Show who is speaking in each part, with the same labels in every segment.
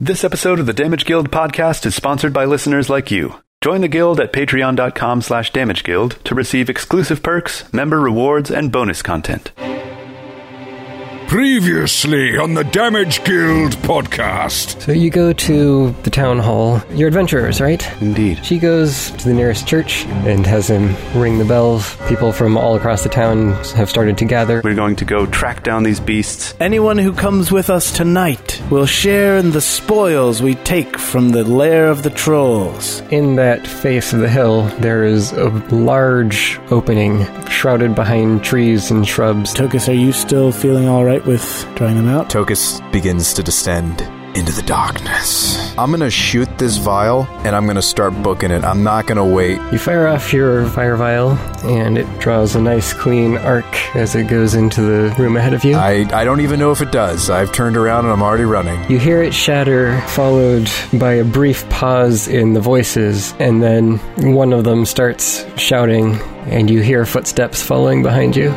Speaker 1: This episode of the Damage Guild podcast is sponsored by listeners like you. Join the guild at patreon.com slash damageguild to receive exclusive perks, member rewards, and bonus content.
Speaker 2: Previously on the Damage Guild podcast.
Speaker 3: So you go to the town hall. You're adventurers, right?
Speaker 1: Indeed.
Speaker 3: She goes to the nearest church and has him ring the bells. People from all across the town have started to gather.
Speaker 1: We're going to go track down these beasts.
Speaker 4: Anyone who comes with us tonight will share in the spoils we take from the lair of the trolls.
Speaker 3: In that face of the hill, there is a large opening shrouded behind trees and shrubs.
Speaker 4: Tokus, are you still feeling alright with drawing them out?
Speaker 5: Tokus begins to descend into the darkness. I'm gonna shoot this vial and I'm gonna start booking it. I'm not gonna wait.
Speaker 3: You fire off your fire vial, and it draws a nice clean arc as it goes into the room ahead of you.
Speaker 5: I, I don't even know if it does. I've turned around and I'm already running.
Speaker 3: You hear it shatter, followed by a brief pause in the voices, and then one of them starts shouting, and you hear footsteps following behind you.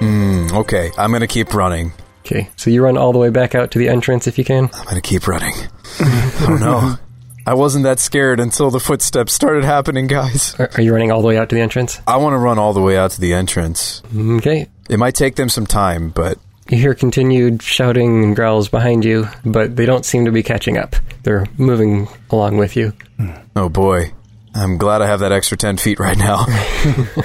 Speaker 5: Mm, Okay, I'm gonna keep running.
Speaker 3: Okay, so you run all the way back out to the entrance if you can.
Speaker 5: I'm gonna keep running. I don't know. I wasn't that scared until the footsteps started happening, guys.
Speaker 3: Are, are you running all the way out to the entrance?
Speaker 5: I wanna run all the way out to the entrance.
Speaker 3: Okay.
Speaker 5: It might take them some time, but
Speaker 3: You hear continued shouting and growls behind you, but they don't seem to be catching up. They're moving along with you.
Speaker 5: oh boy. I'm glad I have that extra 10 feet right now.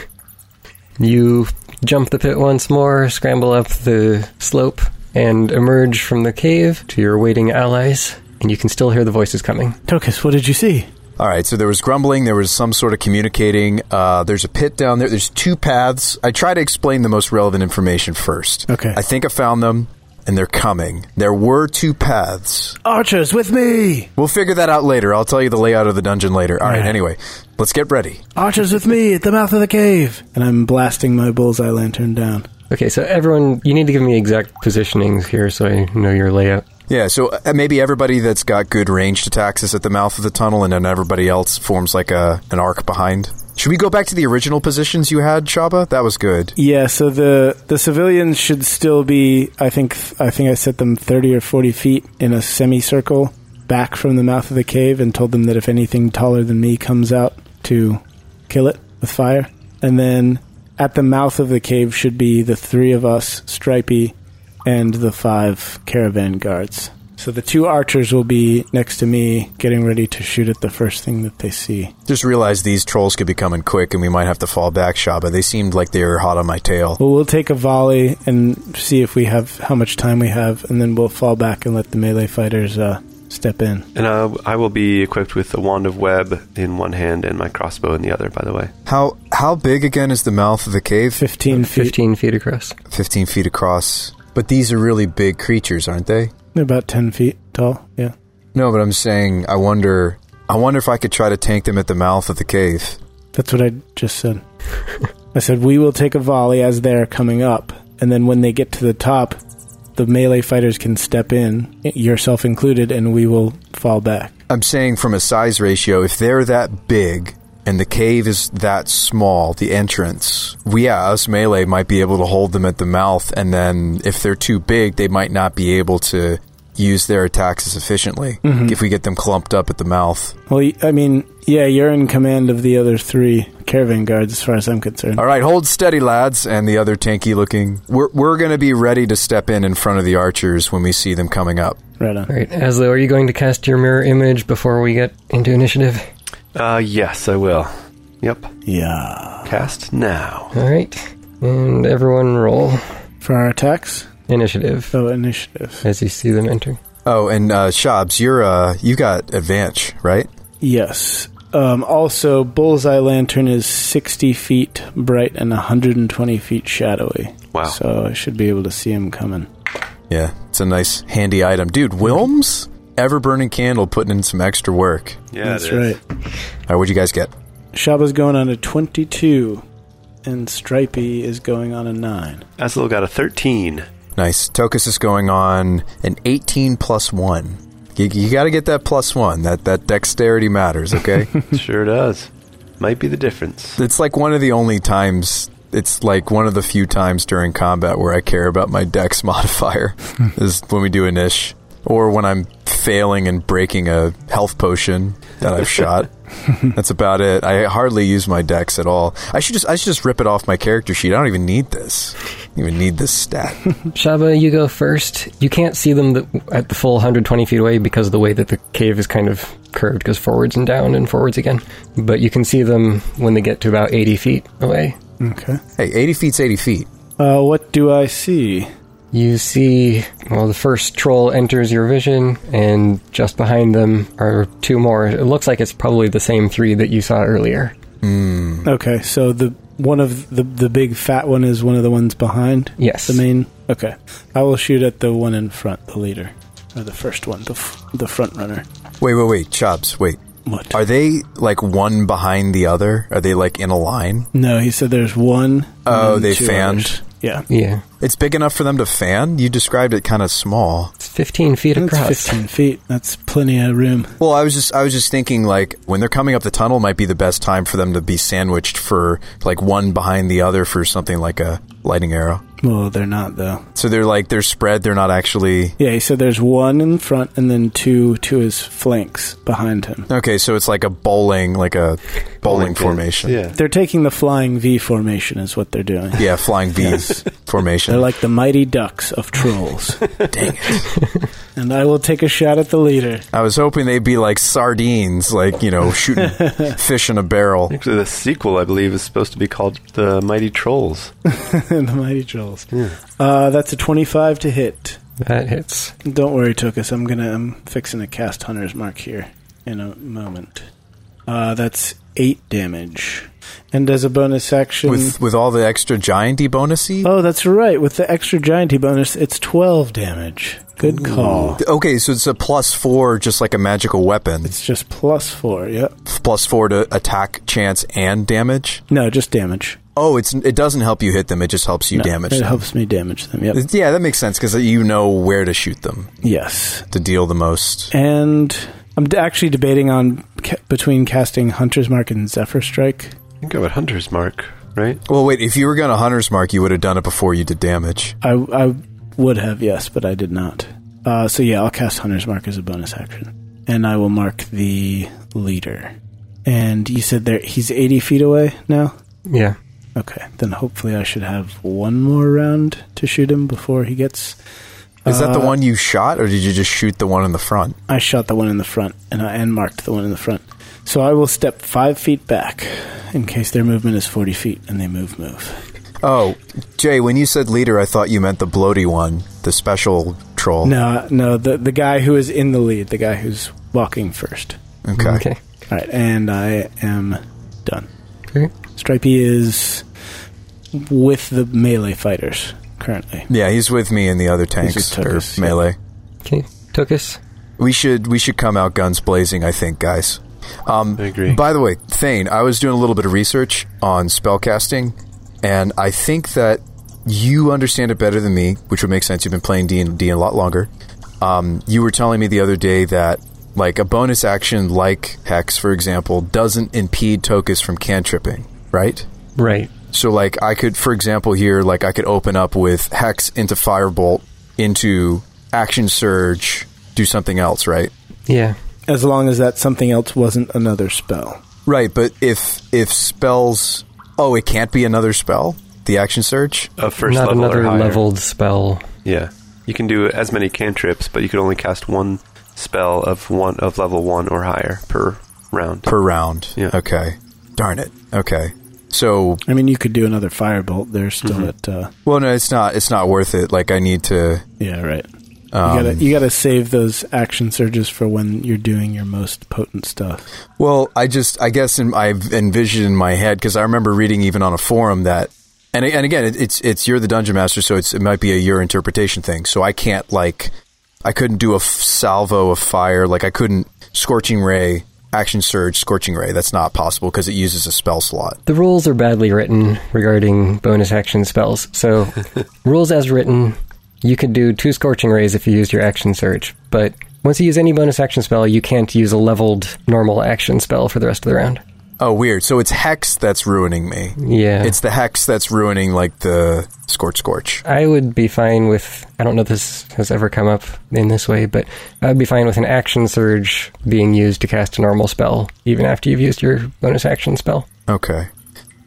Speaker 3: You jump the pit once more, scramble up the slope, and emerge from the cave to your waiting allies, and you can still hear the voices coming.
Speaker 4: Tokus, what did you see?
Speaker 5: All right, so there was grumbling. There was some sort of communicating. Uh, there's a pit down there. There's two paths. I try to explain the most relevant information first.
Speaker 4: Okay.
Speaker 5: I think I found them, and they're coming. There were two paths.
Speaker 4: Archers, with me!
Speaker 5: We'll figure that out later. I'll tell you the layout of the dungeon later. All right,
Speaker 4: Alright.
Speaker 5: anyway, let's get ready.
Speaker 4: Archers, with me at the mouth of the cave! And I'm blasting my bullseye lantern down.
Speaker 3: Okay, so everyone, you need to give me exact positionings here so I know your layout.
Speaker 5: Yeah, so uh, maybe everybody that's got good ranged attacks is at the mouth of the tunnel, and then everybody else forms like a an arc behind. Should we go back to the original positions you had, Chaba? That was good.
Speaker 4: Yeah, so the the civilians should still be. I think I think I set them thirty or forty feet in a semicircle back from the mouth of the cave, and told them that if anything taller than me comes out, to kill it with fire. And then at the mouth of the cave should be the three of us, Stripey, and the five caravan guards. So the two archers will be next to me, getting ready to shoot at the first thing that they see.
Speaker 5: Just realized these trolls could be coming quick, and we might have to fall back, Shaba. They seemed like they were hot on my tail.
Speaker 4: Well, we'll take a volley and see if we have how much time we have, and then we'll fall back and let the melee fighters uh, step in.
Speaker 1: And uh, I will be equipped with a wand of web in one hand and my crossbow in the other, by the way.
Speaker 5: How how big again is the mouth of the cave?
Speaker 4: Fifteen feet,
Speaker 3: 15 feet across.
Speaker 5: Fifteen feet across. But these are really big creatures, aren't they?
Speaker 4: about ten feet tall. Yeah,
Speaker 5: No, but I'm saying I wonder. I wonder if I could try to tank them at the mouth of the cave.
Speaker 4: that's what I just said. I said we will take a volley as they're coming up, and then when they get to the top, the melee fighters can step in, yourself included, and we will fall back.
Speaker 5: I'm saying from a size ratio, if they're that big and the cave is that small, the entrance, we, yeah, us melee might be able to hold them at the mouth, and then if they're too big, they might not be able to use their attacks as efficiently if we get them clumped up at the mouth.
Speaker 4: Well, y- I mean, yeah, you're in command of the other three caravan guards, as far as I'm concerned.
Speaker 5: All right, hold steady, lads, and the other tanky looking. We're, we're going to be ready to step in in front of the archers when we see them coming up.
Speaker 4: Right on.
Speaker 3: All right, Aslo, are you going to cast your mirror image before we get into initiative?
Speaker 1: Uh, yes, I will. Yep.
Speaker 4: Yeah.
Speaker 1: Cast now.
Speaker 3: All right, and everyone roll
Speaker 4: For our attacks,
Speaker 3: initiative
Speaker 4: so initiative.
Speaker 3: as you see them enter.
Speaker 5: Oh, and uh, Shobbs, you're uh, you got advantage, right?
Speaker 4: Yes. Um, also, bullseye lantern is 60 feet bright and 120 feet shadowy.
Speaker 1: Wow.
Speaker 4: So I should be able to see him coming.
Speaker 5: Yeah, it's a nice handy item, dude. Wilms, ever burning candle, putting in some extra work.
Speaker 1: Yeah,
Speaker 4: That's right.
Speaker 5: All right, what'd you guys get?
Speaker 4: Shaba's going on a 22, and Stripey is going on a 9.
Speaker 1: Aslo got a 13.
Speaker 5: Nice. Tokus is going on an 18 plus one. You, you got to get that plus one. That that dexterity matters. Okay.
Speaker 1: Sure does. Might be the difference.
Speaker 5: It's like one of the only times. It's like one of the few times during combat where I care about my dex modifier is when we do a niche or when I'm failing and breaking a health potion that I've shot. That's about it. I hardly use my dex at all. I should just I should just rip it off my character sheet. I don't even need this. I don't even need this stat.
Speaker 3: Shaba, you go first. You can't see them th at the full 120 feet away because of the way that the cave is kind of curved, goes forwards and down and forwards again. But you can see them when they get to about 80 feet away.
Speaker 4: Okay.
Speaker 5: Hey, 80 feet's 80 feet.
Speaker 4: Uh, what do I see?
Speaker 3: You see, well, the first troll enters your vision, and just behind them are two more. It looks like it's probably the same three that you saw earlier.
Speaker 4: Okay, so the one of the the big fat one is one of the ones behind.
Speaker 3: Yes.
Speaker 4: The main. Okay, I will shoot at the one in front, the leader, or the first one, the f- the front runner.
Speaker 5: Wait, wait, wait. Chops, wait.
Speaker 4: What?
Speaker 5: Are they like one behind the other? Are they like in a line?
Speaker 4: no, he said there's one. and
Speaker 5: Oh,
Speaker 4: then
Speaker 5: they
Speaker 4: two
Speaker 5: fanned.
Speaker 4: others. Yeah.
Speaker 3: Yeah.
Speaker 5: It's big enough for them to fan? You described it kind of small.
Speaker 3: It's 15 feet across.
Speaker 4: That's 15 feet. That's plenty of room.
Speaker 5: Well, I was just I was just thinking like when they're coming up the tunnel might be the best time for them to be sandwiched for like one behind the other for something like a lightning arrow.
Speaker 4: Well, they're not though.
Speaker 5: So they're like they're spread, they're not actually
Speaker 4: Yeah, he said there's one in front and then two to his flanks behind him.
Speaker 5: Okay, so it's like a bowling like a bowling
Speaker 1: pins.
Speaker 5: formation.
Speaker 1: Yeah.
Speaker 4: They're taking the flying V formation, is what they're doing.
Speaker 5: Yeah, flying V's formation.
Speaker 4: They're like the mighty ducks of trolls.
Speaker 5: dang it.
Speaker 4: and I will take a shot at the leader.
Speaker 5: I was hoping they'd be like sardines, like, you know, shooting fish in a barrel.
Speaker 1: Actually, the sequel, I believe, is supposed to be called The Mighty Trolls.
Speaker 4: the mighty trolls. Uh, that's a 25 to hit.
Speaker 3: That hits.
Speaker 4: Don't worry, Tokus. I'm gonna. I'm fixing to cast Hunter's Mark here in a moment. Uh, that's eight damage. And as a bonus action,
Speaker 5: With with all the extra gianty bonusy?
Speaker 4: oh, that's right. With the extra gianty bonus, it's 12 damage. Good call.
Speaker 5: Okay, so it's a plus four, just like a magical weapon.
Speaker 4: It's just plus four. Yep.
Speaker 5: plus four to attack chance and damage.
Speaker 4: No, just damage.
Speaker 5: Oh, it's it doesn't help you hit them; it just helps you damage
Speaker 4: It
Speaker 5: them.
Speaker 4: helps me damage them. Yep.
Speaker 5: It- Yeah, that makes sense because you know where to shoot them
Speaker 4: Yes.
Speaker 5: to deal the most.
Speaker 4: And I'm d- actually debating on ca- between casting Hunter's Mark and Zephyr Strike.
Speaker 1: I think I would Hunter's Mark, right?
Speaker 5: Well, wait, if you were going to hunter's mark, you would have done it before you did damage.
Speaker 4: I, I would have, yes, but I did not. Uh, so yeah, I'll cast Hunter's Mark as a bonus action. And I will mark the leader. And you said there he's 80 feet away now?
Speaker 3: Yeah.
Speaker 4: Okay, then hopefully I should have one more round to shoot him before he gets.
Speaker 5: Is that the
Speaker 4: Uh,
Speaker 5: one you shot, or did you just shoot the one in the front?
Speaker 4: I shot the one in the front, and I and marked the one in the front. So I will step five feet back in case their movement is 40 feet and they move, move.
Speaker 5: Oh, Jay, when you said leader, I thought you meant the bloaty one, the special troll.
Speaker 4: No, no, the, the guy who is in the lead, the guy who's walking first.
Speaker 5: Okay.
Speaker 3: Okay.
Speaker 4: All right, and I am done.
Speaker 3: Okay.
Speaker 4: Stripey is with the melee fighters currently.
Speaker 5: Yeah, he's with me in the other tanks
Speaker 4: with
Speaker 5: or
Speaker 4: Tuckus, yeah.
Speaker 5: melee.
Speaker 3: Okay. Tokus.
Speaker 5: We should we should come out guns blazing, I think, guys. Um,
Speaker 1: I agree.
Speaker 5: By the way, Thane, I was doing a little bit of research on spellcasting, and I think that you understand it better than me, which would make sense. You've been playing D and D a lot longer. Um, you were telling me the other day that like a bonus action, like hex, for example, doesn't impede Tokus from cantripping, right?
Speaker 3: Right.
Speaker 5: So like I could, for example, here like I could open up with hex into firebolt into action surge, do something else, right?
Speaker 3: Yeah.
Speaker 4: As long as that something else wasn't another spell.
Speaker 5: Right, but if if spells, oh, it can't be another spell. The action surge.
Speaker 1: A Uh, first
Speaker 3: Not
Speaker 1: level
Speaker 3: another
Speaker 1: or higher.
Speaker 3: leveled spell.
Speaker 1: Yeah. You can do as many cantrips, but you can only cast one spell of one of level one or higher per round.
Speaker 5: per round.
Speaker 1: Yeah.
Speaker 5: Okay. Darn it. Okay. So,
Speaker 4: I mean, you could do another firebolt. They're still at. Uh,
Speaker 5: well, no, it's not. It's not worth it. Like, I need to.
Speaker 4: yeah, right.
Speaker 5: Um,
Speaker 4: you gotta you gotta save those action surges for when you're doing your most potent stuff.
Speaker 5: Well, I just, I guess, in, I've envisioned in my head because I remember reading even on a forum that, and and again, it, it's it's you're the dungeon master, so it's it might be a your interpretation thing. So I can't like, I couldn't do a f- salvo of fire, like I couldn't scorching ray, action surge, scorching ray. That's not possible because it uses a spell slot.
Speaker 3: The rules are badly written regarding bonus action spells. So, rules as written, you could do two scorching rays if you used your action surge, but Once you use any bonus action spell, you can't use a leveled normal action spell for the rest of the round.
Speaker 5: Oh, weird. So it's hex that's ruining me.
Speaker 3: Yeah.
Speaker 5: It's the hex that's ruining like the scorch scorch.
Speaker 3: I would be fine with. I don't know if this has ever come up in this way, but I'd be fine with an action surge being used to cast a normal spell, even after you've used your bonus action spell.
Speaker 5: Okay.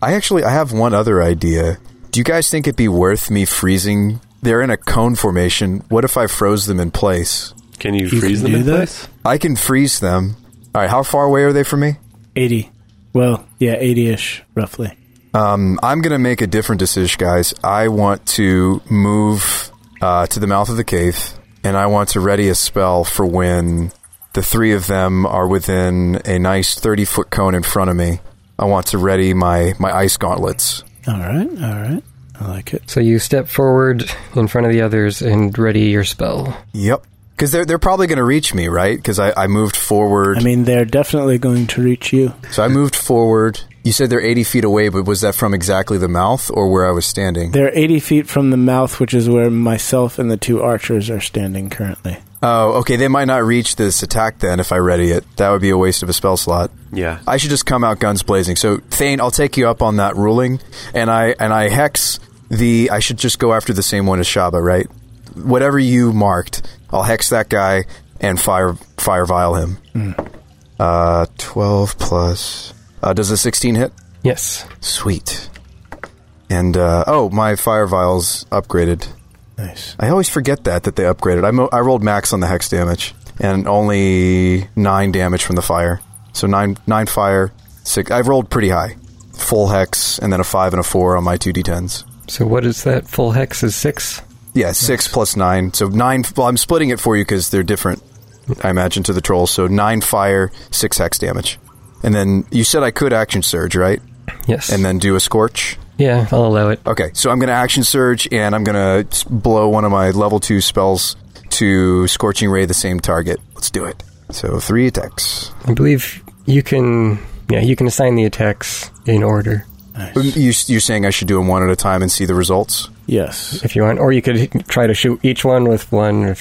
Speaker 5: I actually I have one other idea. Do you guys think it'd be worth me freezing? They're in a cone formation. What if I froze them in place?
Speaker 1: Can you,
Speaker 4: You
Speaker 1: freeze them
Speaker 4: can do
Speaker 1: in
Speaker 4: that?
Speaker 1: place?
Speaker 5: I can freeze them. All right, how far away are they from me?
Speaker 4: 80. Well, yeah, 80 ish, roughly.
Speaker 5: Um, I'm going to make a different decision, guys. I want to move uh, to the mouth of the cave, and I want to ready a spell for when the three of them are within a nice 30 foot cone in front of me. I want to ready my, my ice gauntlets.
Speaker 4: All right, all right. I like it.
Speaker 3: So you step forward in front of the others and ready your spell.
Speaker 5: Yep. Because they're, they're probably going to reach me, right? Because I, I moved forward.
Speaker 4: I mean, they're definitely going to reach you.
Speaker 5: so I moved forward. You said they're 80 feet away, but was that from exactly the mouth or where I was standing?
Speaker 4: They're 80 feet from the mouth, which is where myself and the two archers are standing currently.
Speaker 5: Oh, okay. They might not reach this attack then if I ready it. That would be a waste of a spell slot.
Speaker 1: Yeah.
Speaker 5: I should just come out guns blazing. So Thane, I'll take you up on that ruling, and I and I hex the. I should just go after the same one as Shaba, right? Whatever you marked, I'll hex that guy and fire fire vial him. Uh, twelve plus. Uh, does a sixteen hit?
Speaker 3: Yes.
Speaker 5: Sweet. And uh, oh, my fire vial's upgraded.
Speaker 4: Nice.
Speaker 5: I always forget that that they upgraded. I, mo- I rolled max on the hex damage and only nine damage from the fire. So nine nine fire six. I've rolled pretty high, full hex, and then a five and a four on my two d10s.
Speaker 3: So what is that? Full hex is six.
Speaker 5: Yeah, six plus nine. So nine. Well, I'm splitting it for you because they're different. I imagine to the trolls. So nine fire, six hex damage, and then you said I could action surge, right?
Speaker 3: Yes.
Speaker 5: And then do a scorch.
Speaker 3: yeah, I'll allow it.
Speaker 5: Okay, so I'm going to action surge, and I'm going to blow one of my level two spells to scorching ray the same target. Let's do it. So three attacks.
Speaker 3: I believe you can. Yeah, you can assign the attacks in order
Speaker 5: Um, You, you're saying I should do them one at a time and see the results?
Speaker 4: Yes.
Speaker 3: if you want, or you could try to shoot each one with one, or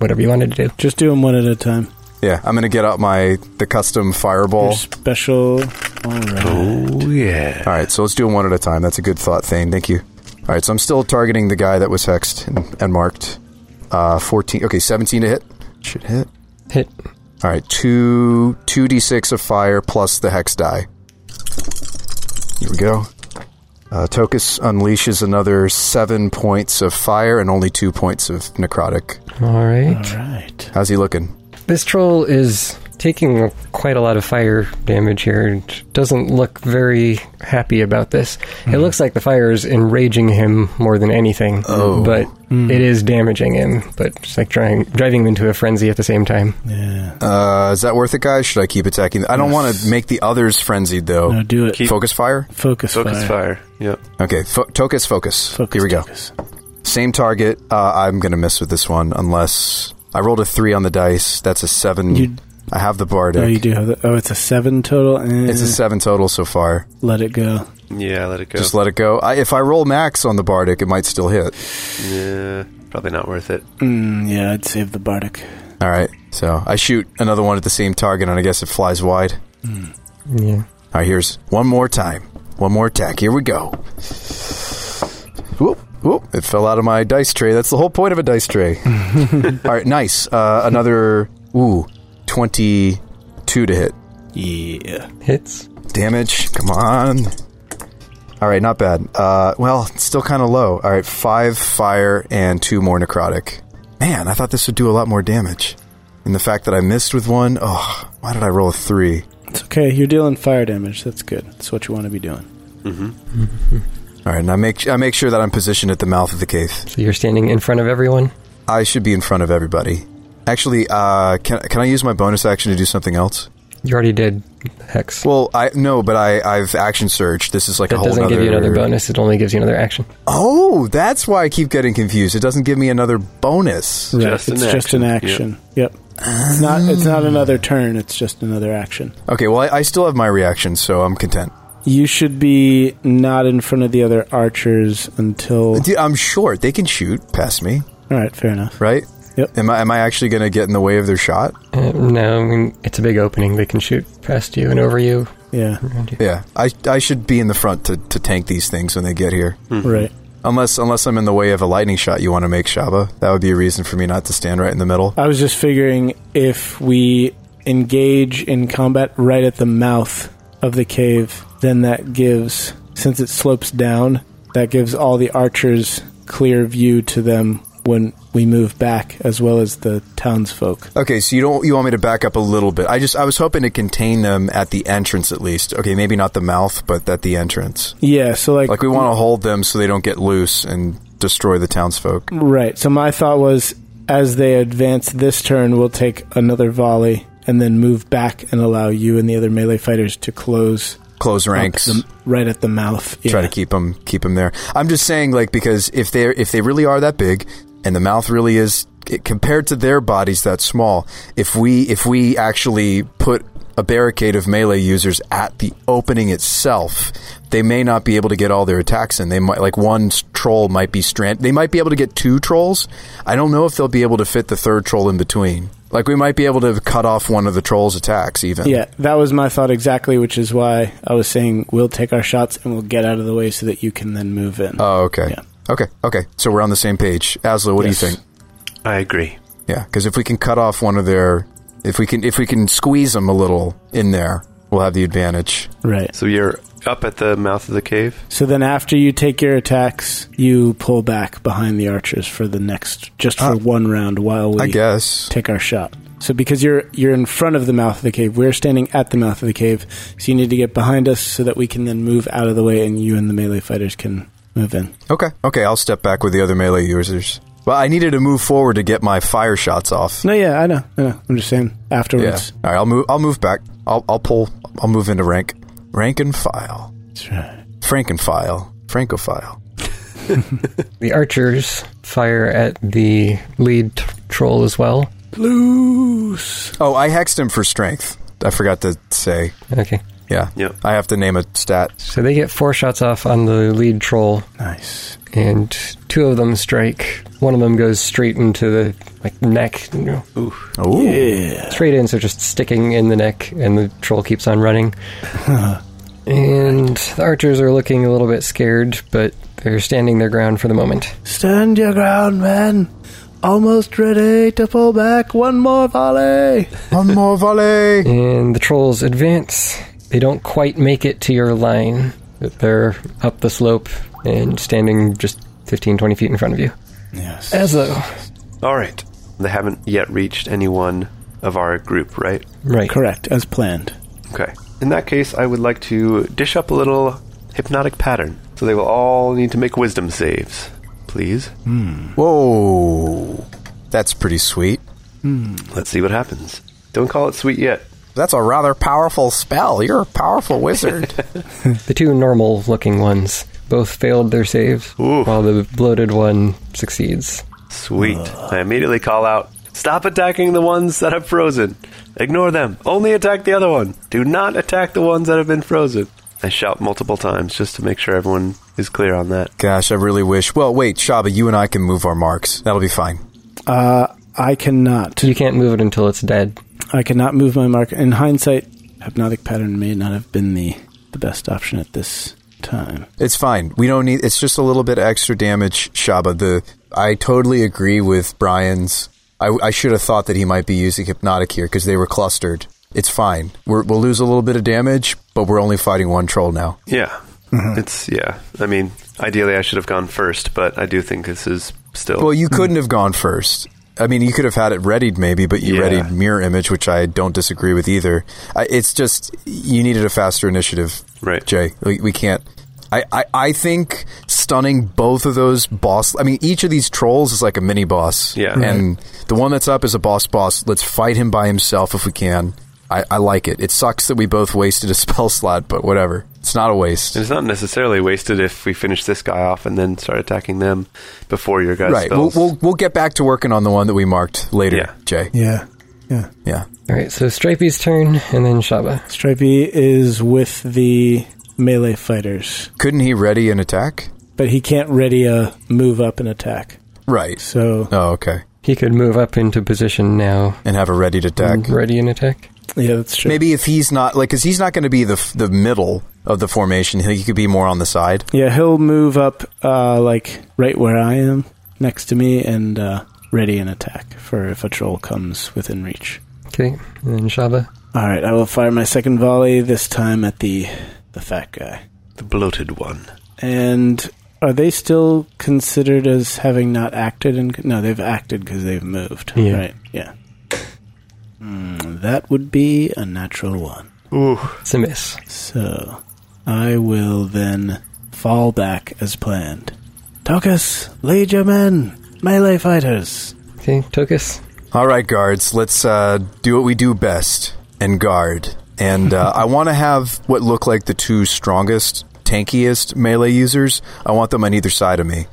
Speaker 3: whatever you wanted to do.
Speaker 4: Just do them one at a time.
Speaker 5: Yeah, I'm going to get out my the custom
Speaker 4: Your
Speaker 5: fireball.
Speaker 4: special. All right.
Speaker 1: Oh, yeah.
Speaker 5: All right, so let's do them one at a time. That's a good thought, Thane. Thank you. All right, so I'm still targeting the guy that was hexed and, and marked. Uh, 14. Okay, 17 to hit. Should hit.
Speaker 3: Hit.
Speaker 5: All right, two two d six of fire plus the hex die. Here we go. Uh, Tokus unleashes another seven points of fire and only two points of necrotic.
Speaker 3: All right.
Speaker 4: All right.
Speaker 5: How's he looking?
Speaker 3: This troll is taking quite a lot of fire damage here and doesn't look very happy about this. It looks like the fire is enraging him more than anything,
Speaker 5: Oh.
Speaker 3: but it is damaging him, but it's like trying, driving him into a frenzy at the same time.
Speaker 4: Yeah.
Speaker 5: Uh, is that worth it, guys? Should I keep attacking? I don't want to make the others frenzied though.
Speaker 4: Now do it.
Speaker 1: Keep-
Speaker 5: Focus fire.
Speaker 4: Focus,
Speaker 1: Focus
Speaker 4: fire.
Speaker 1: fire. Yep.
Speaker 5: Okay, fo- Tokus, focus.
Speaker 4: Focus.
Speaker 5: Here we go.
Speaker 4: focus.
Speaker 5: Same target. Uh, I'm gonna miss with this one unless I rolled a three on the dice. That's a seven.
Speaker 4: You-
Speaker 5: I have the bardic.
Speaker 4: Oh, you do have the. Oh, it's a seven total. And
Speaker 5: It's a seven total so far.
Speaker 4: Let it go.
Speaker 1: Yeah, let it go.
Speaker 5: Just let it go. I, if I roll max on the bardic, it might still hit.
Speaker 1: yeah, probably not worth it.
Speaker 4: Mm, yeah, I'd save the bardic.
Speaker 5: All right. So I shoot another one at the same target, and I guess it flies wide.
Speaker 3: Yeah.
Speaker 5: All right. Here's one more time. One more attack. Here we go. Whoop. Whoop. It fell out of my dice tray. That's the whole point of a dice tray. All right. Nice. Uh, another, ooh, 22 to hit.
Speaker 4: Yeah.
Speaker 3: Hits.
Speaker 5: Damage. Come on. All right. Not bad. Uh, well, it's still kind of low. All right. Five fire and two more necrotic. Man, I thought this would do a lot more damage. And the fact that I missed with one, oh, why did I roll a three?
Speaker 4: It's okay. You're dealing fire damage. That's good. That's what you want to be doing.
Speaker 5: All right, and I make I make sure that I'm positioned at the mouth of the cave.
Speaker 3: So you're standing in front of everyone?
Speaker 5: I should be in front of everybody. Actually, uh, can can I use my bonus action to do something else?
Speaker 3: You already did Hex.
Speaker 5: Well, I no, but I I've action surged. This is like a
Speaker 3: that
Speaker 5: whole
Speaker 3: doesn't give you
Speaker 5: nother-
Speaker 3: another bonus, it only gives you another action.
Speaker 5: Oh, that's why I keep getting confused. It doesn't give me another bonus.
Speaker 4: Right.
Speaker 1: Just
Speaker 4: it's
Speaker 1: an
Speaker 4: just an
Speaker 1: action.
Speaker 4: action. Yep. It's not. It's not another turn. It's just another action.
Speaker 5: Okay, well, I, I still have my reaction, so I'm content.
Speaker 4: You should be not in front of the other archers until.
Speaker 5: Dude, I'm short. They can shoot past me,
Speaker 4: All right. Fair enough.
Speaker 5: right?
Speaker 4: Yep.
Speaker 5: Am I am I actually going to get in the way of their shot?
Speaker 3: Uh, no, I mean it's a big opening. They can shoot past you and over you,
Speaker 4: Yeah.
Speaker 3: around you.
Speaker 5: Yeah, I I should be in the front to, to tank these things when they get here.
Speaker 4: Right.
Speaker 5: Unless unless I'm in the way of a lightning shot you want to make, Shaba. That would be a reason for me not to stand right in the middle.
Speaker 4: I was just figuring if we engage in combat right at the mouth of the cave, then that gives, since it slopes down, that gives all the archers clear view to them when we move back, as well as the townsfolk.
Speaker 5: Okay, so you don't you want me to back up a little bit? I just I was hoping to contain them at the entrance at least. Okay, maybe not the mouth, but at the entrance.
Speaker 4: Yeah, so like,
Speaker 5: Like we want to hold them so they don't get loose and destroy the townsfolk.
Speaker 4: right. So my thought was, as they advance this turn, we'll take another volley and then move back and allow you and the other melee fighters to close
Speaker 5: Close
Speaker 4: up
Speaker 5: ranks.
Speaker 4: the- right at the mouth.
Speaker 5: Try
Speaker 4: Yeah.
Speaker 5: to keep them keep them there. I'm just saying like because if they are if they really are that big and the mouth really is compared to their bodies that small, if we if we actually put a barricade of melee users at the opening itself, they may not be able to get all their attacks in. They might like one s- troll might be strand. They might be able to get two trolls. I don't know if they'll be able to fit the third troll in between. Like we might be able to cut off one of the trolls' attacks even.
Speaker 4: Yeah, that was my thought exactly, which is why I was saying we'll take our shots and we'll get out of the way so that you can then move in.
Speaker 5: Oh, okay.
Speaker 4: Yeah.
Speaker 5: Okay. Okay. So we're on the same page. Asla, what
Speaker 4: Yes.
Speaker 5: do you think?
Speaker 1: I agree.
Speaker 5: Yeah, because if we can cut off one of their, if we can, if we can squeeze them a little in there, we'll have the advantage.
Speaker 4: right.
Speaker 1: So you're up at the mouth of the cave.
Speaker 4: So then after you take your attacks, you pull back behind the archers for the next just for
Speaker 5: Ah.
Speaker 4: one round while we
Speaker 5: I guess.
Speaker 4: take our shot. So because you're you're in front of the mouth of the cave, we're standing at the mouth of the cave, so you need to get behind us so that we can then move out of the way and you and the melee fighters can move in.
Speaker 5: Okay, okay, I'll step back with the other melee users. Well, I needed to move forward to get my fire shots off.
Speaker 4: No, yeah, I know. I know. I'm just saying
Speaker 5: Yeah.
Speaker 4: afterwards.
Speaker 5: All right, I'll move. I'll move back. I'll I'll pull. I'll move into rank, rank and file,
Speaker 4: That's right.
Speaker 5: Frankenfile, Francophile.
Speaker 3: The archers fire at the lead t- troll as well.
Speaker 4: Loose.
Speaker 5: Oh, I hexed him for strength. I forgot to say.
Speaker 3: Okay,
Speaker 5: Yeah.
Speaker 1: Yep.
Speaker 5: I have to name a stat.
Speaker 3: so they get four shots off on the lead troll,
Speaker 4: Nice.
Speaker 3: and two of them strike. One of them goes straight into the like neck, you know,
Speaker 5: Ooh.
Speaker 3: straight in, so just sticking in the neck, and the troll keeps on running. and the archers are looking a little bit scared, but they're standing their ground for the moment.
Speaker 4: Stand your ground, man. Almost ready to pull back. One more volley.
Speaker 5: One more volley.
Speaker 3: And the trolls advance. They don't quite make it to your line, but they're up the slope and standing just 15, 20 feet in front of you.
Speaker 4: Yes.
Speaker 3: As though.
Speaker 1: All right. They haven't yet reached any one of our group, right?
Speaker 3: Right.
Speaker 4: Correct, as planned.
Speaker 1: Okay. In that case, I would like to dish up a little hypnotic pattern. So they will all need to make wisdom saves, please.
Speaker 5: Whoa. That's pretty sweet.
Speaker 1: Let's see what happens. Don't call it sweet yet.
Speaker 5: That's a rather powerful spell. You're a powerful wizard.
Speaker 3: The two normal looking ones both failed their saves,
Speaker 1: Ooh.
Speaker 3: while the bloated one succeeds.
Speaker 1: Sweet. I immediately call out Stop attacking the ones that have frozen. Ignore them. Only attack the other one. Do not attack the ones that have been frozen. I shout multiple times just to make sure everyone is clear on that.
Speaker 5: Gosh, I really wish. Well, wait, Shaba, you and I can move our marks. That'll be fine.
Speaker 4: Uh, I cannot.
Speaker 3: You can't move it until it's dead.
Speaker 4: I cannot move my mark. In hindsight, hypnotic pattern may not have been the, the best option at this time.
Speaker 5: It's fine. We don't need. It's just a little bit extra damage, Shaba. The I totally agree with Brian's. I, I should have thought that he might be using hypnotic here because they were clustered. It's fine. We're, we'll lose a little bit of damage, but we're only fighting one troll now.
Speaker 1: Yeah. It's, yeah. I mean, ideally I should have gone first, but I do think this is still.
Speaker 5: Well, you couldn't have gone first. I mean, you could have had it readied maybe, but you
Speaker 1: Yeah.
Speaker 5: readied mirror image, which I don't disagree with either. I, it's just you needed a faster initiative,
Speaker 1: Right.
Speaker 5: Jay? We, we can't. I, I, I think stunning both of those boss. I mean, each of these trolls is like a mini boss.
Speaker 1: Yeah.
Speaker 5: And the one that's up is a boss boss. Let's fight him by himself if we can. I, I like it. It sucks that we both wasted a spell slot, but whatever. It's not a waste.
Speaker 1: And it's not necessarily wasted if we finish this guy off and then start attacking them before your guys.
Speaker 5: right. We'll,
Speaker 1: spells.
Speaker 5: we'll, we'll get back to working on the one that we marked later,
Speaker 1: Yeah.
Speaker 5: Jay.
Speaker 4: Yeah. Yeah.
Speaker 5: Yeah.
Speaker 3: Alright, so Stripey's turn, and then Shaba.
Speaker 4: Stripey is with the melee fighters,
Speaker 5: Couldn't he ready an attack?
Speaker 4: but he can't ready a move up and attack.
Speaker 5: Right.
Speaker 4: So
Speaker 5: Oh, okay.
Speaker 3: He could move up into position now,
Speaker 5: and have a ready to attack.
Speaker 3: and ready an attack.
Speaker 4: Yeah, that's true.
Speaker 5: Maybe if he's not like, because he's not going to be the f- the middle of the formation. He could be more on the side.
Speaker 4: Yeah, he'll move up uh, like right where I am next to me and uh, ready an attack for if a troll comes within reach.
Speaker 3: Okay, and then Shaba.
Speaker 4: All right, I will fire my second volley this time at the the fat guy.
Speaker 1: The bloated one.
Speaker 4: And are they still considered as having not acted? And no, they've acted because they've moved.
Speaker 3: Yeah.
Speaker 4: Right? Yeah. Mm, that would be a natural one.
Speaker 3: It's a miss.
Speaker 4: So I will then fall back as planned. Tokus, lead your men, melee fighters.
Speaker 3: Okay, Tokus.
Speaker 5: All right, guards, let's uh, do what we do best and guard. And uh, I want to have what look like the two strongest, tankiest melee users. I want them on either side of me.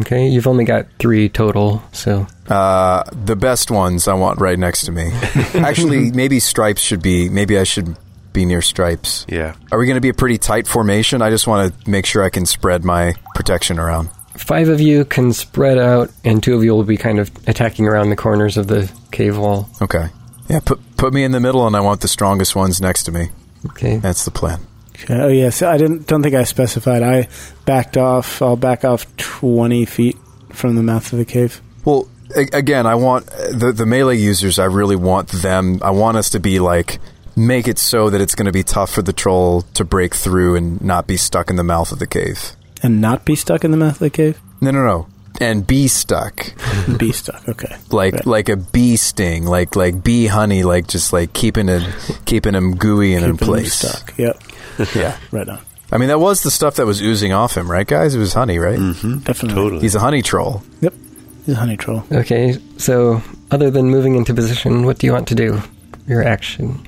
Speaker 3: Okay, you've only got three total, so
Speaker 5: Uh, the best ones I want right next to me. Actually, maybe stripes should be. Maybe I should be near stripes.
Speaker 1: Yeah.
Speaker 5: Are we going to be a pretty tight formation? I just want to make sure I can spread my protection around.
Speaker 3: five of you can spread out, and two of you will be kind of attacking around the corners of the cave wall.
Speaker 5: Okay. Yeah, put put me in the middle, and I want the strongest ones next to me.
Speaker 3: Okay,
Speaker 5: That's the plan.
Speaker 4: Okay, Oh yes, I didn't. Don't think I specified. I backed off. I'll back off twenty feet from the mouth of the cave.
Speaker 5: Well, a- again, I want the the melee users. I really want them. I want us to be like make it so that it's going to be tough for the troll to break through and not be stuck in the mouth of the cave.
Speaker 4: and not be stuck in the mouth of the cave?
Speaker 5: No, no, no. And be stuck
Speaker 4: be stuck. Okay.
Speaker 5: like
Speaker 4: Right.
Speaker 5: like a bee sting, like like bee honey, like just like keeping it keeping them gooey and in
Speaker 4: Keeping them
Speaker 5: place.
Speaker 4: Stuck. Yep.
Speaker 5: Yeah.
Speaker 4: Right on.
Speaker 5: I mean, that was the stuff that was oozing off him, right, guys? It was honey, right?
Speaker 4: Definitely.
Speaker 1: Totally.
Speaker 5: He's a honey troll.
Speaker 4: Yep. He's a honey troll.
Speaker 3: okay. So, other than moving into position, what do you want to do? Your action.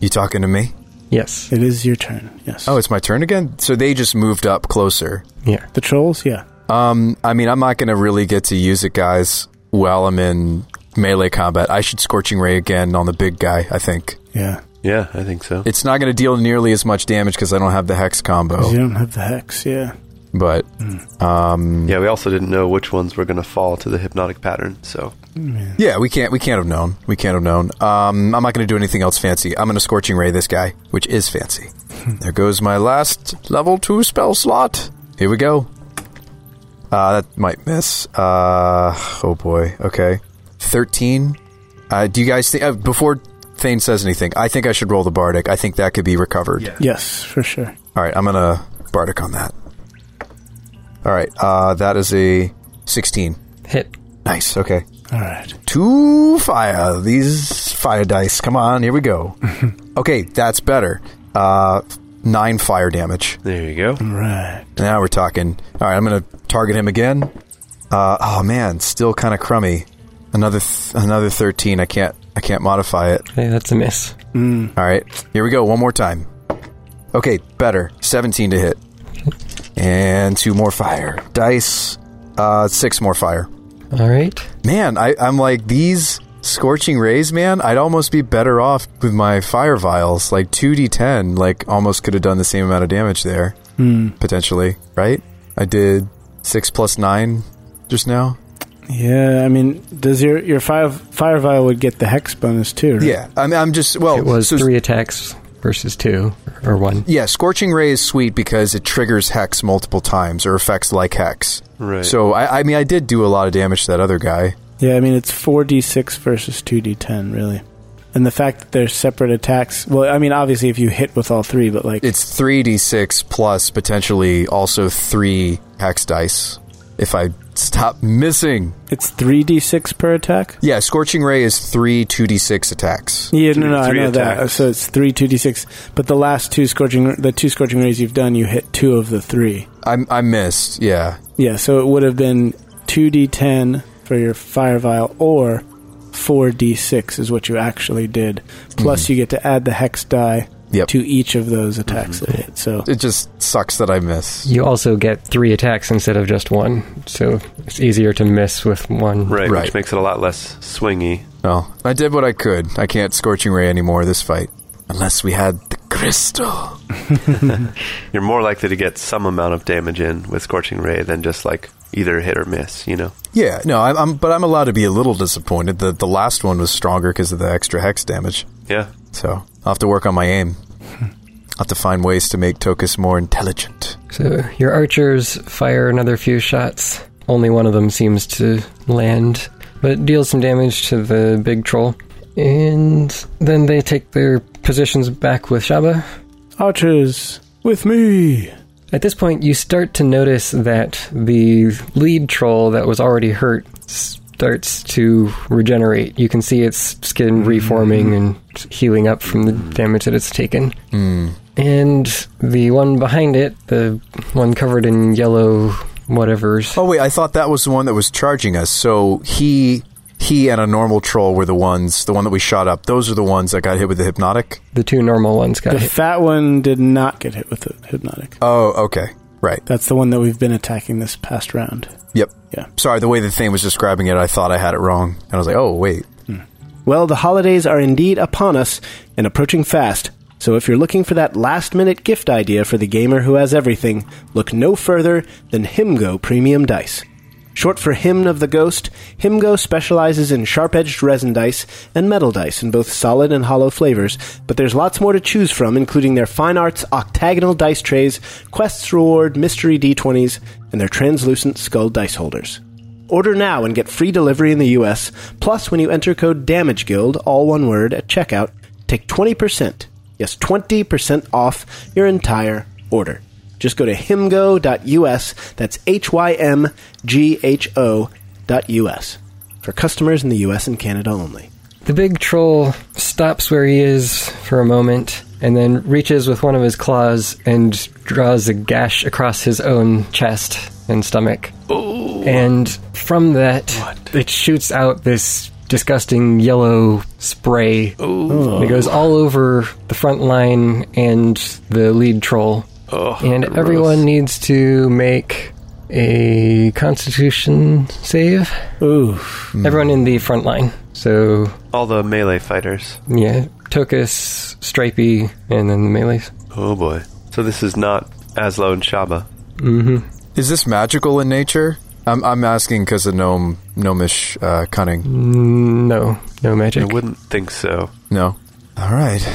Speaker 5: You talking to me?
Speaker 3: Yes.
Speaker 4: It is your turn. Yes.
Speaker 5: Oh, it's my turn again. So they just moved up closer.
Speaker 3: Yeah.
Speaker 4: the trolls. Yeah.
Speaker 5: Um, I mean, I'm not going to really get to use it, guys, while I'm in melee combat. I should Scorching Ray again on the big guy, I think.
Speaker 4: Yeah.
Speaker 1: Yeah, I think so.
Speaker 5: It's not going to deal nearly as much damage because I don't have the Hex
Speaker 4: 'Cause You
Speaker 5: combo.
Speaker 4: don't have the hex. Yeah.
Speaker 5: But, um,
Speaker 1: Yeah, we also didn't know which ones were going to fall to the hypnotic pattern, so
Speaker 5: yeah, we can't, we can't have known. We can't have known. Um, I'm not going to do anything else fancy. I'm going to Scorching Ray this guy, which is fancy. there goes my last level 2 spell slot. Here we go. Uh, that might miss. Uh, oh boy. Okay. 13. Uh, do you guys think, uh, before Thane says anything, I think I should roll the Bardic. I think that could be recovered.
Speaker 4: Yes, for sure.
Speaker 5: All right. I'm going to Bardic on that. All right. Uh, that is a 16.
Speaker 3: Hit.
Speaker 5: Nice. Okay.
Speaker 4: All right.
Speaker 5: Two fire. These fire dice. Come on. Here we go. okay. That's better. Uh, nine fire damage.
Speaker 1: there you go.
Speaker 5: Mm,
Speaker 4: All right.
Speaker 5: Now we're talking. All right, I'm going to target him again. Uh, oh man, still kind of crummy. Another th- another 13. I can't I can't modify it.
Speaker 3: Okay, that's a miss.
Speaker 5: All right. Here we go. One more time. Okay, better. 17 to hit. And two more fire. Dice uh 6 more fire.
Speaker 3: All right.
Speaker 5: Man, I I'm like these scorching rays, man. I'd almost be better off with my fire vials. Like 2d10 like almost could have done the same amount of damage there
Speaker 3: Hmm.
Speaker 5: potentially, right? I did six plus nine just now.
Speaker 4: Yeah. I mean, does your your fire fire vial would get the hex bonus too? Right?
Speaker 5: Yeah, I'm, I'm just well.
Speaker 3: It was
Speaker 5: Oh, so-
Speaker 3: three attacks versus two or one.
Speaker 5: Yeah, scorching ray is sweet because it triggers hex multiple times or effects like hex.
Speaker 1: Right.
Speaker 5: So I, I mean, I did do a lot of damage to that other guy.
Speaker 4: Yeah. I mean, it's four d six versus two d ten, really. And the fact that they're separate attacks. Well, I mean, obviously, if you hit with all three, but like,
Speaker 5: It's three d six plus potentially also three hex dice if I stop missing.
Speaker 4: it's three d six per attack.
Speaker 5: Yeah, scorching ray is three two d six attacks.
Speaker 4: Yeah, no, no, I
Speaker 1: three
Speaker 4: know that.
Speaker 1: attacks.
Speaker 4: So it's three two d six, but the last two scorching, the two scorching rays you've done, you hit two of the three.
Speaker 5: I I missed. Yeah,
Speaker 4: Yeah, so it would have been two d ten for your fire vial, or four d six is what you actually did. Plus,
Speaker 1: Mm-hmm.
Speaker 4: you get to add the hex die
Speaker 5: Yep.
Speaker 4: to each of those attacks that
Speaker 1: Mm-hmm.
Speaker 4: hit. So
Speaker 5: it just sucks that I miss.
Speaker 3: You also get three attacks instead of just one, so it's easier to miss with one.
Speaker 1: Right,
Speaker 5: Right.
Speaker 1: which makes it a lot less swingy.
Speaker 5: Well, I did what I could. I can't Scorching Ray anymore this fight. Unless we had the crystal.
Speaker 1: You're more likely to get some amount of damage in with Scorching Ray than just like either hit or miss, you know?
Speaker 5: Yeah, no, I'm, I'm but I'm allowed to be a little disappointed that the last one was stronger because of the extra hex damage.
Speaker 1: Yeah.
Speaker 5: So I'll have to work on my aim. I'll have to find ways to make Tokus more intelligent.
Speaker 3: So your archers fire another few shots. Only one of them seems to land, but it deals some damage to the big troll. And then they take their positions back with Shaba.
Speaker 4: Archers, with me.
Speaker 3: At this point, you start to notice that the lead troll that was already hurt starts to regenerate. You can see its skin reforming and healing up from the damage that it's taken. And the one behind it, the one covered in yellow whatevers.
Speaker 5: Oh wait, I thought that was the one that was charging us. So he he and a normal troll were the ones, the one that we shot up. Those are the ones that got hit with the hypnotic.
Speaker 3: The two normal ones got
Speaker 4: The
Speaker 3: hit.
Speaker 4: fat one did not get hit with the hypnotic.
Speaker 5: Oh, okay, right.
Speaker 4: That's the one that we've been attacking this past round.
Speaker 5: Yep.
Speaker 4: Yeah.
Speaker 5: Sorry, the way the thing was describing it, I thought I had it wrong, and I was like, oh wait.
Speaker 6: Well, the holidays are indeed upon us and approaching fast. So if you're looking for that last minute gift idea for the gamer who has everything, look no further than Himgo Premium Dice. Short for Hymn of the Ghost, Himgo specializes in sharp edged resin dice and metal dice in both solid and hollow flavors, but there's lots more to choose from, including their fine arts octagonal dice trays, quests reward, mystery d20s, and their translucent skull dice holders. Order now and get free delivery in the US. Plus, when you enter code Damage Guild, all one word, at checkout, take 20%, yes, 20% off your entire order. Just go to himgo.us, that's H Y M G H O dot US, for customers in the US and Canada only.
Speaker 3: The big troll stops where he is for a moment and then reaches with one of his claws and draws a gash across his own chest and stomach. And from that, it shoots out this disgusting yellow spray. It goes all over the front line and the lead troll.
Speaker 1: Oh,
Speaker 3: and everyone needs to make a constitution save.
Speaker 4: Ooh,
Speaker 3: Everyone in the front line. So
Speaker 1: All the melee fighters.
Speaker 3: yeah, Tokus, Stripey, and then the melees.
Speaker 1: Oh boy. So this is not Aslo and Shaba.
Speaker 5: Is this magical in nature? I'm, I'm asking because of gnome gnomish uh, cunning.
Speaker 3: No, no
Speaker 1: I
Speaker 3: magic.
Speaker 1: wouldn't think so.
Speaker 5: No. All right.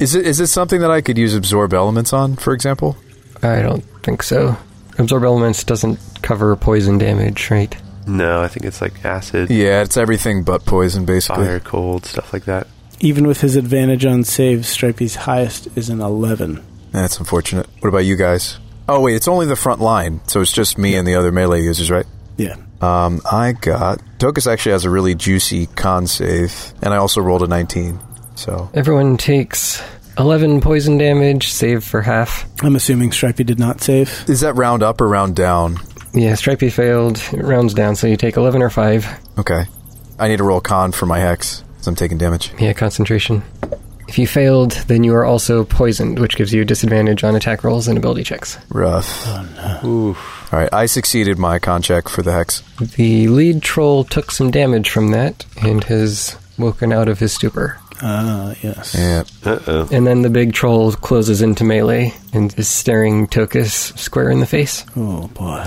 Speaker 5: Is it is it something that I could use absorb elements on, for example?
Speaker 3: I don't think so. Absorb elements doesn't cover poison damage, right?
Speaker 1: No, I think it's like acid,
Speaker 5: Yeah, it's everything but poison, basically.
Speaker 1: fire, cold, stuff like that.
Speaker 4: even with his advantage on saves, Stripey's highest is an 11.
Speaker 5: That's unfortunate. What about you guys? Oh wait, it's only the front line, so it's just me and the other melee users, right?
Speaker 4: Yeah.
Speaker 5: Um, I got Tokus actually has a really juicy con save, and I also rolled a 19. So
Speaker 3: Everyone takes 11 poison damage, save for half.
Speaker 4: I'm assuming Stripey did not save.
Speaker 5: is that round up or round down?
Speaker 3: Yeah, Stripey failed. It rounds down, so you take 11 or 5.
Speaker 5: Okay, I need to roll con for my hex because I'm taking damage.
Speaker 3: Yeah, concentration. If you failed, then you are also poisoned, which gives you disadvantage on attack rolls and ability checks.
Speaker 5: Rough. All right, I succeeded my con check for the hex.
Speaker 3: The lead troll took some damage from that and has woken out of his stupor.
Speaker 4: Ah, yes.
Speaker 5: Yeah.
Speaker 1: Uh oh.
Speaker 3: And then the big troll closes into melee and is staring Tokus square in the face,
Speaker 4: Oh, boy.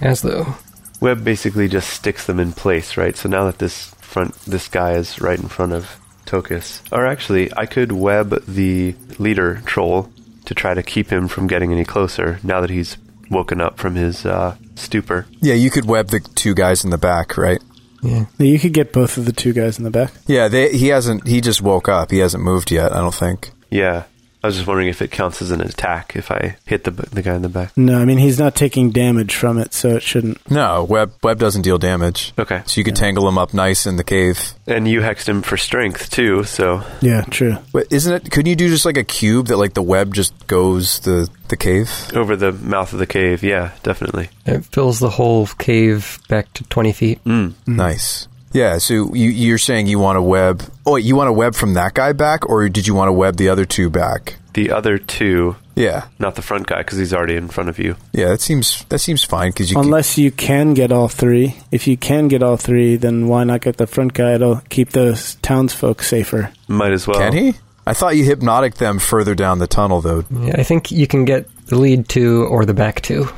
Speaker 3: as though.
Speaker 1: Web basically just sticks them in place, right? So now that this front, this guy is right in front of Tokus, or actually, I could web the leader troll to try to keep him from getting any closer. Now that he's woken up from his uh, stupor,
Speaker 5: Yeah, you could web the two guys in the back, right?
Speaker 3: Yeah.
Speaker 4: Now, you could get both of the two guys in the back.
Speaker 5: Yeah, they, he hasn't. He just woke up. He hasn't moved yet. I don't think.
Speaker 1: yeah. I was just wondering if it counts as an attack if I hit the the guy in the back.
Speaker 4: No, I mean, he's not taking damage from it, so it shouldn't.
Speaker 5: No, web web doesn't deal damage.
Speaker 1: Okay,
Speaker 5: So you could tangle him up nice in the cave.
Speaker 1: and you hexed him for strength too, so
Speaker 4: Yeah, true.
Speaker 5: But isn't it? Couldn't you do just like a cube that like the web just goes the the cave?
Speaker 1: over the mouth of the cave, yeah, definitely.
Speaker 3: It fills the whole cave back to 20 feet.
Speaker 5: Nice. Yeah. So you you're saying you want a web? Oh, wait, you want a web from that guy back, or did you want to web the other two back?
Speaker 1: The other two,
Speaker 5: Yeah.
Speaker 1: not the front guy, because he's already in front of you.
Speaker 5: Yeah. That seems that seems fine because you. could-
Speaker 4: Unless you can get all three. If you can get all three, then why not get the front guy? It'll keep those townsfolk safer.
Speaker 1: Might as well.
Speaker 5: can he? I thought you hypnotic them further down the tunnel, though.
Speaker 3: Yeah, I think you can get the lead two or the back two.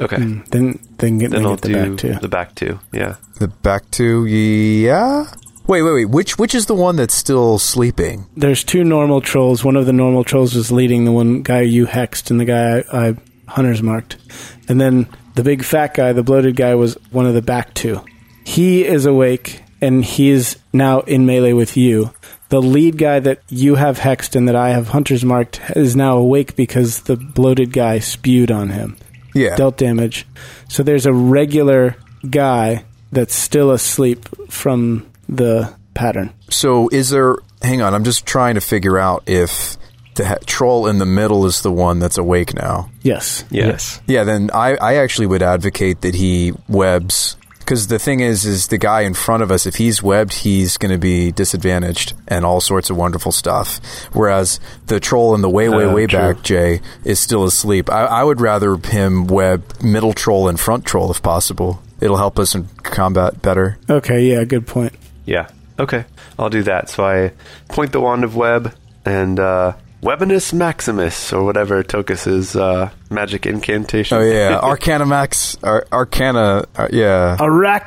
Speaker 1: Okay.
Speaker 4: Hmm. Then then get,
Speaker 1: Then
Speaker 4: then
Speaker 1: I'll
Speaker 4: Mm. get the
Speaker 1: do
Speaker 4: back too.
Speaker 1: the back two. Yeah.
Speaker 5: The back to yeah. Wait, wait, wait. Which which is the one that's still sleeping?
Speaker 4: There's two normal trolls. One of the normal trolls was leading the one guy you hexed and the guy I, I hunters marked. And then the big fat guy, the bloated guy, was one of the back two. He is awake and he is now in melee with you. The lead guy that you have hexed and that I have hunters marked is now awake because the bloated guy spewed on him
Speaker 5: Yeah.
Speaker 4: dealt damage. So there's a regular guy that's still asleep from the pattern.
Speaker 5: so is there? Hang on, I'm just trying to figure out if the ha- troll in the middle is the one that's awake now.
Speaker 4: Yes.
Speaker 1: Yeah.
Speaker 5: Yeah, then I, I actually would advocate that he webs because the thing is, is the guy in front of us, if he's webbed, he's going to be disadvantaged and all sorts of wonderful stuff. Whereas the troll in the way, way,
Speaker 1: Uh,
Speaker 5: way
Speaker 1: true.
Speaker 5: back, Jay, is still asleep. I, I would rather him web middle troll and front troll if possible. It'll help us in combat better.
Speaker 4: Okay, yeah, good point.
Speaker 1: Yeah. Okay. I'll do that. So I point the wand of web and uh Webinus Maximus or whatever Tokus's uh magic incantation.
Speaker 5: Oh yeah, Arcanamax, Ar- Arcana, uh, yeah.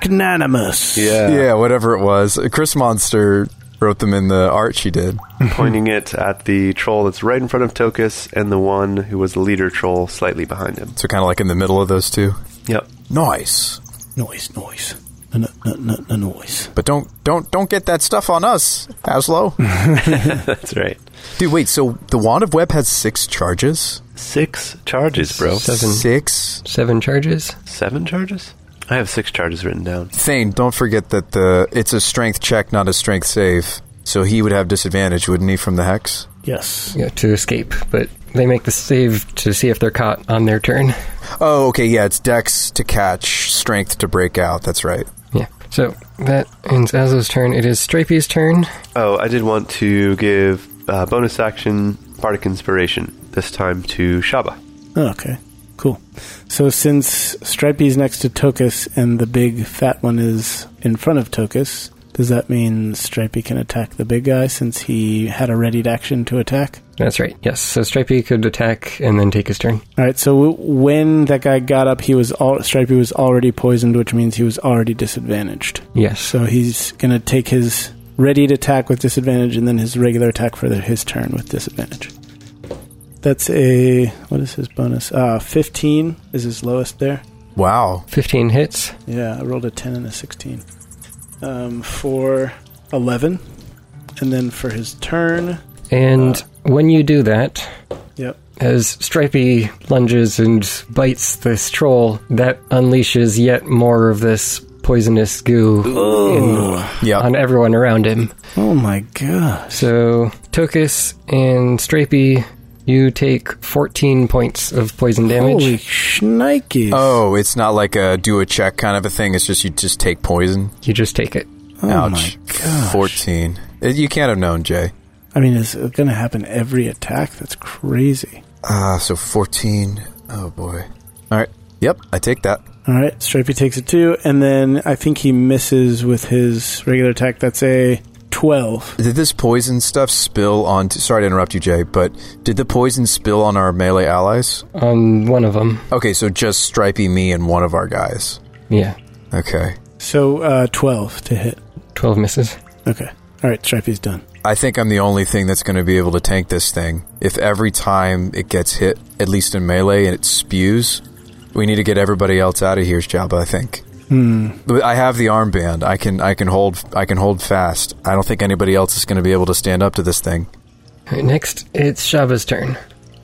Speaker 4: Arachnanimus.
Speaker 1: Yeah.
Speaker 5: yeah, whatever it was. Chris Monster wrote them in the art she did.
Speaker 1: Pointing it at the troll that's right in front of Tokus and the one who was the leader troll slightly behind him.
Speaker 5: So kind of like in the middle of those two.
Speaker 1: Yep.
Speaker 5: Nice.
Speaker 4: Noise, noise. No, no, no, no, noise.
Speaker 5: But don't don't don't get that stuff on us, Aslo.
Speaker 1: That's right.
Speaker 5: Dude, wait. So the wand of web has six charges.
Speaker 1: Six charges, bro.
Speaker 3: Seven.
Speaker 5: Six.
Speaker 3: Seven charges.
Speaker 1: Seven charges? I have six charges written down.
Speaker 5: Thane, don't forget that the it's a strength check, not a strength save. So he would have disadvantage, wouldn't he, from the hex?
Speaker 4: Yes.
Speaker 3: Yeah, to escape, but they make the save to see if they're caught on their turn.
Speaker 5: Oh, okay. Yeah, it's dex to catch, strength to break out. That's right.
Speaker 3: Yeah. So that ends Azo's turn. It is Strapey's turn.
Speaker 1: Oh, I did want to give uh, bonus action Bardic Inspiration, this time to Shaba.
Speaker 4: Oh, Okay, cool. So since Stripey's next to Tokus and the big fat one is in front of Tokus, does that mean Stripey can attack the big guy since he had a readied action to attack?
Speaker 3: That's right. Yes. So Stripey could attack and then take his turn.
Speaker 4: All right. So w- when that guy got up, he was all Stripey was already poisoned, which means he was already disadvantaged.
Speaker 3: Yes.
Speaker 4: So he's gonna take his readied attack with disadvantage, and then his regular attack for the, his turn with disadvantage. That's a what is his bonus? Uh, fifteen is his lowest there.
Speaker 5: Wow.
Speaker 3: 15 hits.
Speaker 4: Yeah, I rolled a ten and a sixteen. Um, for eleven, and then for his turn.
Speaker 3: And when you do that,
Speaker 4: Yep.
Speaker 3: as Stripey lunges and bites this troll, that unleashes yet more of this poisonous goo in-
Speaker 5: Yeah.
Speaker 3: on everyone around him.
Speaker 4: Oh my gosh.
Speaker 3: So Tokus and Stripey, you take 14 points of poison damage.
Speaker 4: Holy shnikes.
Speaker 5: Oh, it's not like a do a check kind of a thing. It's just you just take poison.
Speaker 3: You just take it.
Speaker 4: Oh
Speaker 5: Ouch.
Speaker 4: my gosh.
Speaker 5: Fourteen. Uh, You can't have known, Jay.
Speaker 4: I mean, it's going to happen every attack. That's crazy.
Speaker 5: Ah, so 14. Oh boy. All right. Yep, I take that.
Speaker 4: All right, Stripey takes a two, and then I think he misses with his regular attack. That's a twelve.
Speaker 5: Did this poison stuff spill on? sorry to interrupt you, Jay, but did the poison spill on our melee allies?
Speaker 3: on one of them.
Speaker 5: Okay, so just Stripey, me, and one of our guys.
Speaker 3: Yeah,
Speaker 5: Okay.
Speaker 4: So uh, twelve to hit.
Speaker 3: 12 misses.
Speaker 4: Okay. All right, Stripey's done.
Speaker 5: I think I'm the only thing that's going to be able to tank this thing. If every time it gets hit, at least in melee, and it spews, we need to get everybody else out of here's job. I think. But I have the armband. I can. I can hold. I can hold fast. I don't think anybody else is going to be able to stand up to this thing.
Speaker 3: Alright, next, it's Shaba's turn.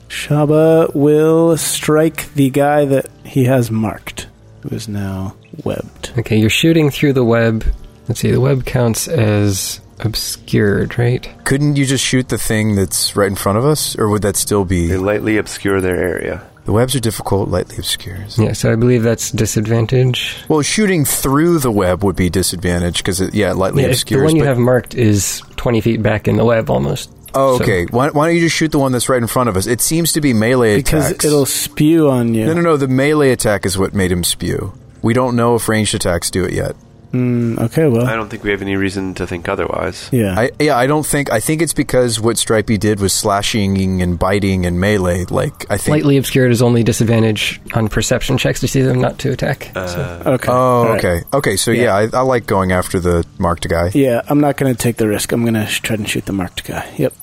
Speaker 4: Shaba will strike the guy that he has marked, who is now webbed.
Speaker 3: Okay, you're shooting through the web. Let's see, the web counts as obscured, right?
Speaker 5: Couldn't you just shoot the thing that's right in front of us, or would that still be
Speaker 1: They lightly obscure their area.
Speaker 5: the webs are difficult, lightly obscures?
Speaker 3: Yeah, so I believe that's disadvantage.
Speaker 5: Well, shooting through the web would be disadvantage because it, yeah, it lightly
Speaker 3: Yeah, if the
Speaker 5: obscures.
Speaker 3: one you
Speaker 5: but-
Speaker 3: have marked is 20 feet back in the web almost.
Speaker 5: oh,
Speaker 3: so-
Speaker 5: okay. Why, why don't you just shoot the one that's right in front of us? It seems to be melee
Speaker 4: Because
Speaker 5: attacks.
Speaker 4: it'll spew on you. Mm-hmm.
Speaker 5: no, no, no. The melee attack is what made him spew. We don't know if ranged attacks do it yet.
Speaker 4: Okay, well,
Speaker 1: I don't think we have any reason to think otherwise.
Speaker 4: yeah.
Speaker 5: I, yeah, I don't think. I think it's because what Stripey did was slashing and biting and melee. Like I think.
Speaker 3: Slightly obscured is only disadvantage on perception checks to see them, not to attack.
Speaker 1: Uh,
Speaker 3: so.
Speaker 4: okay.
Speaker 5: Oh,
Speaker 4: all right.
Speaker 5: okay, okay. So yeah, I, I like going after the marked guy.
Speaker 4: Yeah, I'm not going to take the risk. I'm going to sh- try and shoot the marked guy. Yep.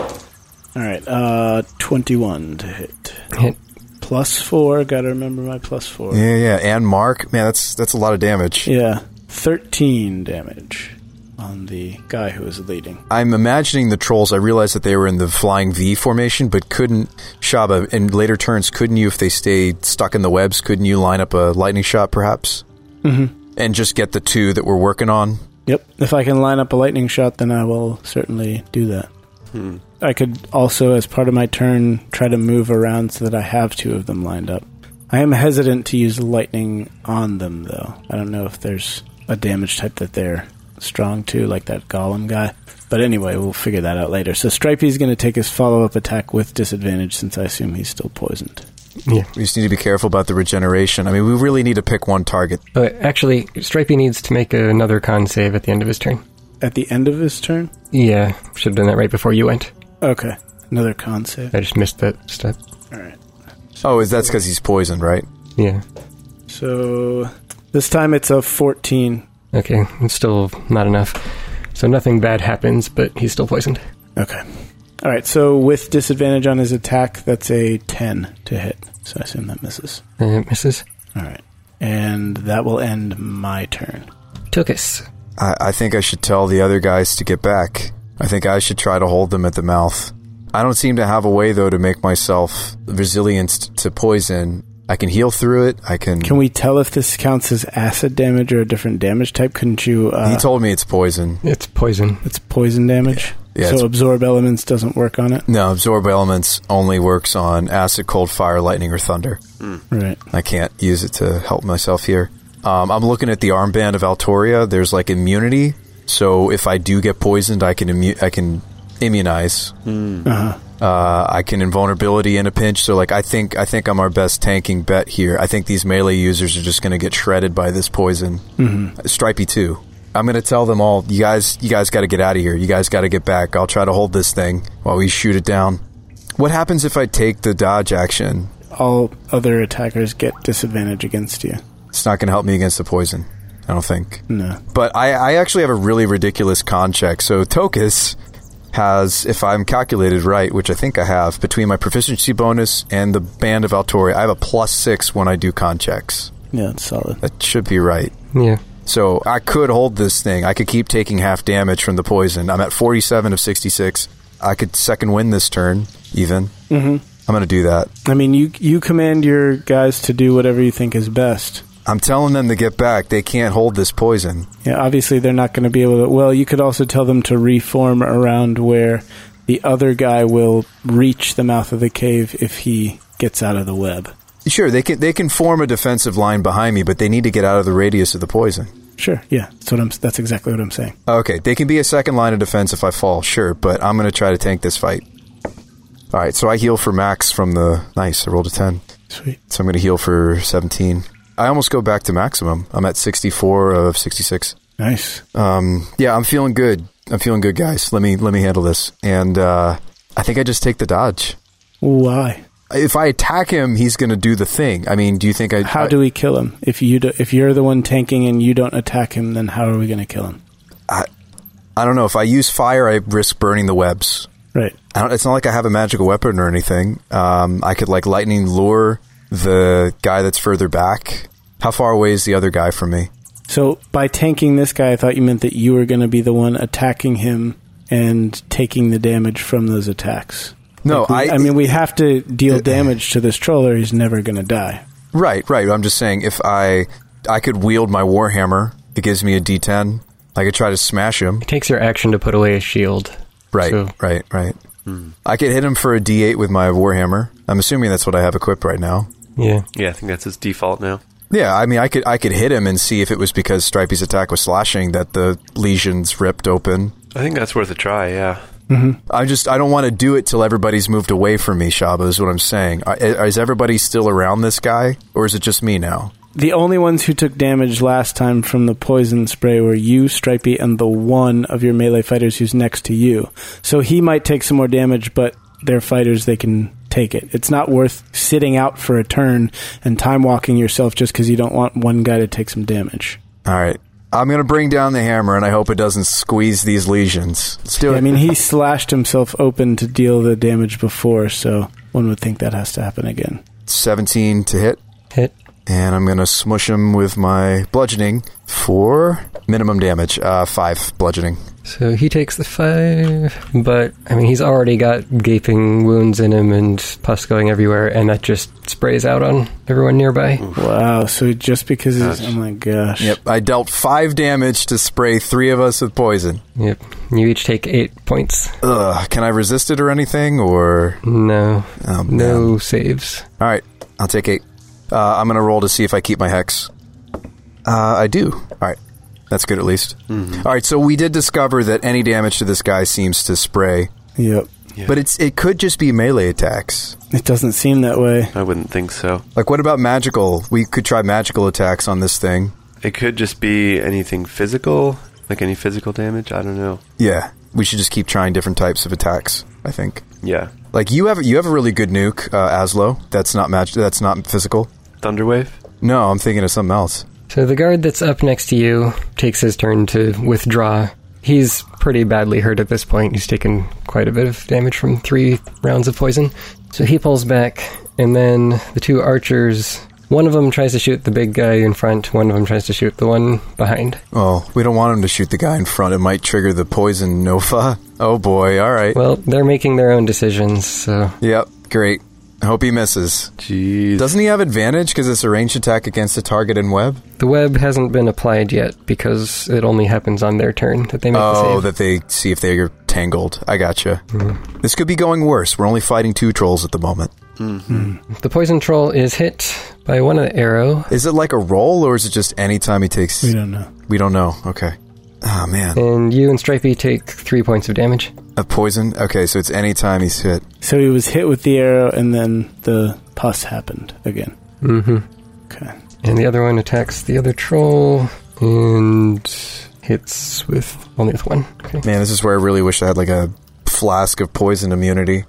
Speaker 4: All right. Uh, 21 to hit.
Speaker 3: Hit.
Speaker 4: Plus four. Got to remember my plus four.
Speaker 5: Yeah, yeah, and Mark, man, that's that's a lot of damage.
Speaker 4: Yeah. 13 damage on the guy who is leading.
Speaker 5: I'm imagining the trolls. I realized that they were in the flying V formation, but couldn't Shaba in later turns. Couldn't you, if they stayed stuck in the webs, couldn't you line up a lightning shot perhaps, mm-hmm. and just get the two that we're working on?
Speaker 4: Yep. If I can line up a lightning shot, then I will certainly do that. I could also, as part of my turn, try to move around so that I have two of them lined up. I am hesitant to use lightning on them, though. I don't know if there's a damage type that they're strong to, like that golem guy. But anyway, we'll figure that out later. So Stripey's going to take his follow up attack with disadvantage since I assume he's still poisoned.
Speaker 5: We just need to be careful about the regeneration. I mean, we really need to pick one target.
Speaker 3: But actually, Stripey needs to make another con save at the end of his turn.
Speaker 4: At the end of his turn?
Speaker 3: Yeah, should have done that right before you went.
Speaker 4: Okay. Another con save.
Speaker 3: I just missed that step.
Speaker 4: All right.
Speaker 5: Oh, is that's because he's poisoned, right?
Speaker 3: Yeah.
Speaker 4: So this time it's a 14.
Speaker 3: Okay, it's still not enough. So nothing bad happens, but he's still poisoned.
Speaker 4: Okay. All right. So with disadvantage on his attack, that's a 10 to hit. So I assume that misses.
Speaker 3: Uh, misses.
Speaker 4: All right. And that will end my turn.
Speaker 3: Tokus.
Speaker 5: I, I think I should tell the other guys to get back. I think I should try to hold them at the mouth. I don't seem to have a way though to make myself resilient to poison. I can heal through it. I can.
Speaker 4: Can we tell if this counts as acid damage or a different damage type? Couldn't you?
Speaker 5: he
Speaker 4: Uh,
Speaker 5: told me it's poison.
Speaker 3: It's poison.
Speaker 4: it's poison damage.
Speaker 5: Yeah, it's-
Speaker 4: so absorb elements doesn't work on it.
Speaker 5: No, absorb elements only works on acid, cold, fire, lightning, or thunder.
Speaker 4: Right.
Speaker 5: I can't use it to help myself here. Um, I'm looking at the armband of Altoria. There's like immunity, so if I do get poisoned, I can immu- I can immunize. Uh, I can invulnerability in a pinch. So like I think I think I'm our best tanking bet here. I think these melee users are just going to get shredded by this poison. Mm-hmm. Stripey too. I'm going to tell them all. You guys, you guys got to get out of here. You guys got to get back. I'll try to hold this thing while we shoot it down. What happens if I take the dodge action?
Speaker 4: All other attackers get disadvantage against you.
Speaker 5: It's not going to help me against the poison. I don't think.
Speaker 4: No.
Speaker 5: But I, I actually have a really ridiculous con check. So Tokus has, if I'm calculated right, which I think I have, between my proficiency bonus and the band of Altori, I have a plus six when I do con checks.
Speaker 4: Yeah, it's solid.
Speaker 5: That should be right.
Speaker 3: Yeah.
Speaker 5: So I could hold this thing. I could keep taking half damage from the poison. I'm at 47 of 66. I could second win this turn, even. Mm-hmm. I'm going to do that.
Speaker 4: I mean, you you command your guys to do whatever you think is best.
Speaker 5: I'm telling them to get back. They can't hold this poison.
Speaker 4: Yeah, obviously they're not going to be able to. Well, you could also tell them to reform around where the other guy will reach the mouth of the cave if he gets out of the web.
Speaker 5: Sure, they can they can form a defensive line behind me, but they need to get out of the radius of the poison.
Speaker 4: Sure. Yeah. That's what I'm. That's exactly what I'm saying.
Speaker 5: Okay, they can be a second line of defense if I fall, sure, but I'm going to try to tank this fight. All right, so I heal for max from the. Nice, I rolled a 10.
Speaker 4: Sweet.
Speaker 5: So I'm going to heal for 17. I almost go back to maximum. I'm at 64 of 66.
Speaker 4: Nice.
Speaker 5: Um, yeah, I'm feeling good. I'm feeling good, guys. Let me let me handle this. And uh, I think I just take the dodge.
Speaker 4: Why?
Speaker 5: If I attack him, he's going to do the thing. I mean, do you think I
Speaker 4: How
Speaker 5: I-
Speaker 4: do we kill him? If you do, if you're the one tanking and you don't attack him, then how are we going to kill him?
Speaker 5: I don't know. If I use fire, I risk burning the webs.
Speaker 4: Right.
Speaker 5: I don't, it's not like I have a magical weapon or anything. Um, I could like lightning lure the guy that's further back. How far away is the other guy from me?
Speaker 4: So by tanking this guy, I thought you meant that you were going to be the one attacking him and taking the damage from those attacks.
Speaker 5: No,
Speaker 4: Like, we-
Speaker 5: I- Uh,
Speaker 4: I mean, we have to deal damage to this troll, or he's never going to die.
Speaker 5: Right, right. I'm just saying if I I could wield my warhammer, it gives me a D10. I could try to smash him.
Speaker 3: It takes your action to put away a shield.
Speaker 5: Right,
Speaker 3: So-
Speaker 5: right, right. I could hit him for a D8 with my warhammer. I'm assuming that's what I have equipped right now.
Speaker 3: Yeah.
Speaker 1: Yeah, I think that's his default now.
Speaker 5: Yeah, I mean, I could I could hit him and see if it was because Stripey's attack was slashing that the lesions ripped open.
Speaker 1: I think that's worth a try, yeah.
Speaker 5: I just I don't want to do it till everybody's moved away from me. Shaba is what I'm saying. I, is everybody still around this guy, or is it just me now?
Speaker 4: the only ones who took damage last time from the poison spray were you, Stripey, and the one of your melee fighters who's next to you. So he might take some more damage, but they're fighters, they can take it. It's not worth sitting out for a turn and time walking yourself just because you don't want one guy to take some damage.
Speaker 5: All right. I'm going to bring down the hammer, and I hope it doesn't squeeze these lesions. Let's do it.
Speaker 4: I mean, he slashed himself open to deal the damage before, so one would think that has to happen again.
Speaker 5: 17 to hit,
Speaker 3: Hit.
Speaker 5: and I'm going to smush him with my bludgeoning for minimum damage. Uh, five bludgeoning.
Speaker 3: So he takes the five, but I mean, he's already got gaping wounds in him and pus going everywhere, and that just sprays out on everyone nearby.
Speaker 5: Mm.
Speaker 4: Wow, so just because he's. Oh my gosh.
Speaker 5: Yep. I dealt five damage to spray three of us with poison.
Speaker 3: Yep. You each take eight points.
Speaker 5: Ugh. Can I resist it or anything? Or.
Speaker 3: No.
Speaker 5: Oh, man.
Speaker 3: no saves.
Speaker 5: All right. I'll take eight. Uh, I'm going to roll to see if I keep my hex. Uh, I do. All right. That's good at least. All right. So we did discover that any damage to this guy seems to spray,
Speaker 4: Yep.
Speaker 5: but it's it could just be melee attacks.
Speaker 4: It doesn't seem that way.
Speaker 1: I wouldn't think so.
Speaker 5: Like, what about magical? We could try magical attacks on this thing.
Speaker 1: It could just be anything physical, like any physical damage. I don't know.
Speaker 5: Yeah, we should just keep trying different types of attacks. I think.
Speaker 1: Yeah,
Speaker 5: Like you have you have a really good nuke, uh, Aslo. That's not mag- That's not physical.
Speaker 1: thunderwave.
Speaker 5: No, I'm thinking of something else.
Speaker 3: So the guard that's up next to you takes his turn to withdraw. He's pretty badly hurt at this point. He's taken quite a bit of damage from three rounds of poison. So he pulls back, and then the two archers. One of them tries to shoot the big guy in front, one of them tries to shoot the one behind.
Speaker 5: Oh, we don't want him to shoot the guy in front. It might trigger the poison Nova. Oh boy. All right.
Speaker 3: Well, they're making their own decisions, so.
Speaker 5: Yep. Great. I hope he misses.
Speaker 1: Jeez.
Speaker 5: Doesn't he have advantage because it's a ranged attack against a target in web?
Speaker 3: The web hasn't been applied yet because it only happens on their turn that they make the
Speaker 5: Oh,
Speaker 3: save.
Speaker 5: that they see if they're tangled. I gotcha. This could be going worse. We're only fighting two trolls at the moment.
Speaker 3: the poison troll is hit by one of the arrow,
Speaker 5: Is it like a roll, or is it just any time he takes?
Speaker 4: We don't know.
Speaker 5: We don't know. Okay. Oh man,
Speaker 3: and you and Stripey take three points of damage.
Speaker 5: a poison. Okay, so it's any time he's hit.
Speaker 4: So he was hit with the arrow, and then the pus happened again.
Speaker 3: Mm-hmm.
Speaker 4: Okay.
Speaker 3: And the other one attacks the other troll and hits with only with one. Okay.
Speaker 5: Man, this is where I really wish I had like a flask of poison immunity.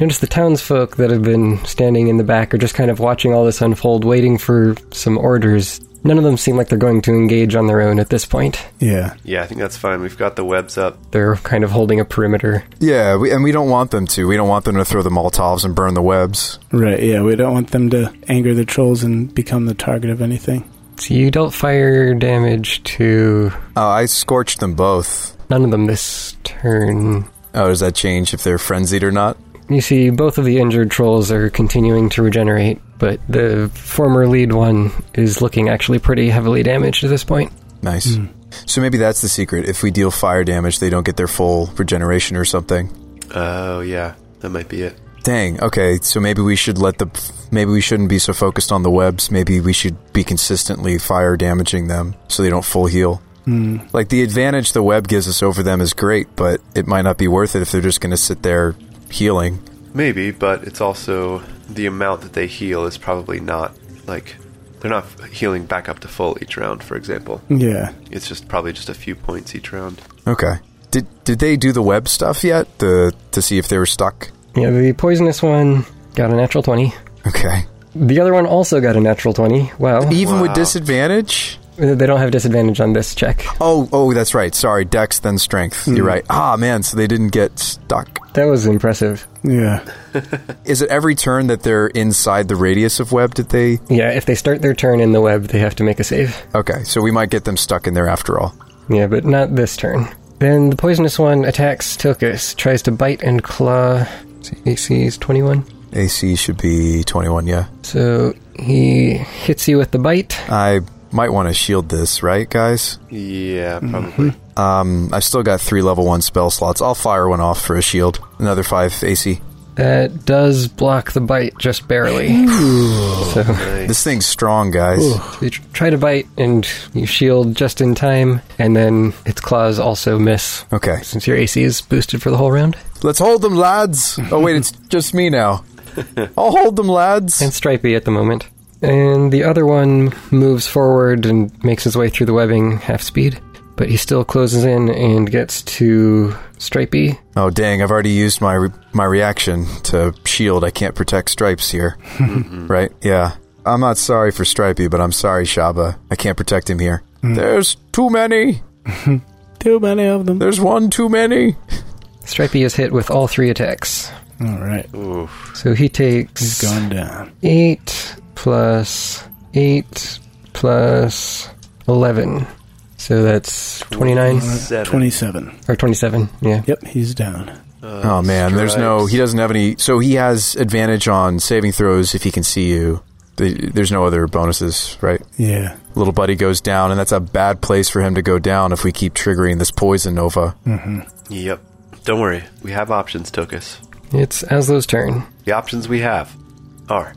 Speaker 3: Notice the townsfolk that have been standing in the back are just kind of watching all this unfold, waiting for some orders. None of them seem like they're going to engage on their own at this point.
Speaker 4: Yeah.
Speaker 1: Yeah, I think that's fine. We've got the webs up.
Speaker 3: They're kind of holding a perimeter.
Speaker 5: Yeah, we, and we don't want them to. We don't want them to throw the molotovs and burn the webs.
Speaker 4: Right. Yeah. We don't want them to anger the trolls and become the target of anything.
Speaker 3: So you dealt fire damage to
Speaker 5: Oh, I scorched them both.
Speaker 3: none of them this turn.
Speaker 5: Oh, does that change if they're frenzied or not?
Speaker 3: You see, both of the injured trolls are continuing to regenerate, but the former lead one is looking actually pretty heavily damaged at this point.
Speaker 5: Nice. So maybe that's the secret. If we deal fire damage, they don't get their full regeneration or something.
Speaker 1: Oh, yeah. That might be it.
Speaker 5: Dang. Okay. So maybe we should let the. Maybe we shouldn't be so focused on the webs. Maybe we should be consistently fire damaging them so they don't full heal. Mm. Like the advantage the web gives us over them is great, but it might not be worth it if they're just going to sit there healing.
Speaker 1: Maybe, but it's also the amount that they heal is probably not like they're not healing back up to full each round, for example.
Speaker 4: Yeah.
Speaker 1: It's just probably just a few points each round.
Speaker 5: Okay. Did did they do the web stuff yet? The to see if they were stuck.
Speaker 3: Yeah, the poisonous one got a natural 20.
Speaker 5: Okay.
Speaker 3: The other one also got a natural 20. Wow.
Speaker 5: Even with
Speaker 1: Wow.
Speaker 5: disadvantage.
Speaker 3: They don't have disadvantage on this check.
Speaker 5: Oh, oh, that's right. Sorry, Dex then Strength. You're right. Ah, man. So they didn't get stuck.
Speaker 3: That was impressive.
Speaker 4: Yeah.
Speaker 5: Is it every turn that they're inside the radius of web? Did they?
Speaker 3: Yeah, if they start their turn in the web, they have to make a save.
Speaker 5: Okay, so we might get them stuck in there after all.
Speaker 3: Yeah, but not this turn. Then the poisonous one attacks Tokus, tries to bite and claw. AC is 21.
Speaker 5: AC should be 21, yeah.
Speaker 3: So he hits you with the bite.
Speaker 5: I might want to shield this, right, guys?
Speaker 1: Yeah,
Speaker 5: Mm-hmm.
Speaker 1: probably.
Speaker 5: Um, I've still got three level one spell slots. I'll fire one off for a shield. Another five AC.
Speaker 3: That does block the bite just barely. so
Speaker 5: This thing's strong, guys.
Speaker 3: You tr- try to bite, and you shield just in time, and then its claws also miss.
Speaker 5: Okay,
Speaker 3: Since your AC is boosted for the whole round,
Speaker 5: let's hold them, lads. Oh wait, it's just me now. I'll hold them, lads.
Speaker 3: and Stripey at the moment. And the other one moves forward and makes his way through the webbing half speed, but he still closes in and gets to Stripey.
Speaker 5: Oh dang! I've already used my re- my reaction to shield. I can't protect stripes here, right? Yeah. I'm not sorry for Stripey, but I'm sorry, Shaba. I can't protect him here. There's too many.
Speaker 4: Too many of them.
Speaker 5: There's one too many.
Speaker 3: Stripey is hit with all three attacks.
Speaker 4: All right,
Speaker 3: So he takes
Speaker 4: gone down.
Speaker 3: 8 plus 8 plus 11. So that's 29
Speaker 1: Seven.
Speaker 4: Twenty-seven.
Speaker 3: or 27, yeah.
Speaker 4: Yep, he's down.
Speaker 1: uh,
Speaker 5: Oh man, there's no. He doesn't have any. So he has advantage on saving throws if he can see you. The- There's no other bonuses, right?
Speaker 4: Yeah.
Speaker 5: Little buddy goes down, and that's a bad place for him to go down if we keep triggering this poison nova.
Speaker 1: Yep. Don't worry. We have options, Tokus.
Speaker 3: It's Aslo's turn.
Speaker 1: The options we have are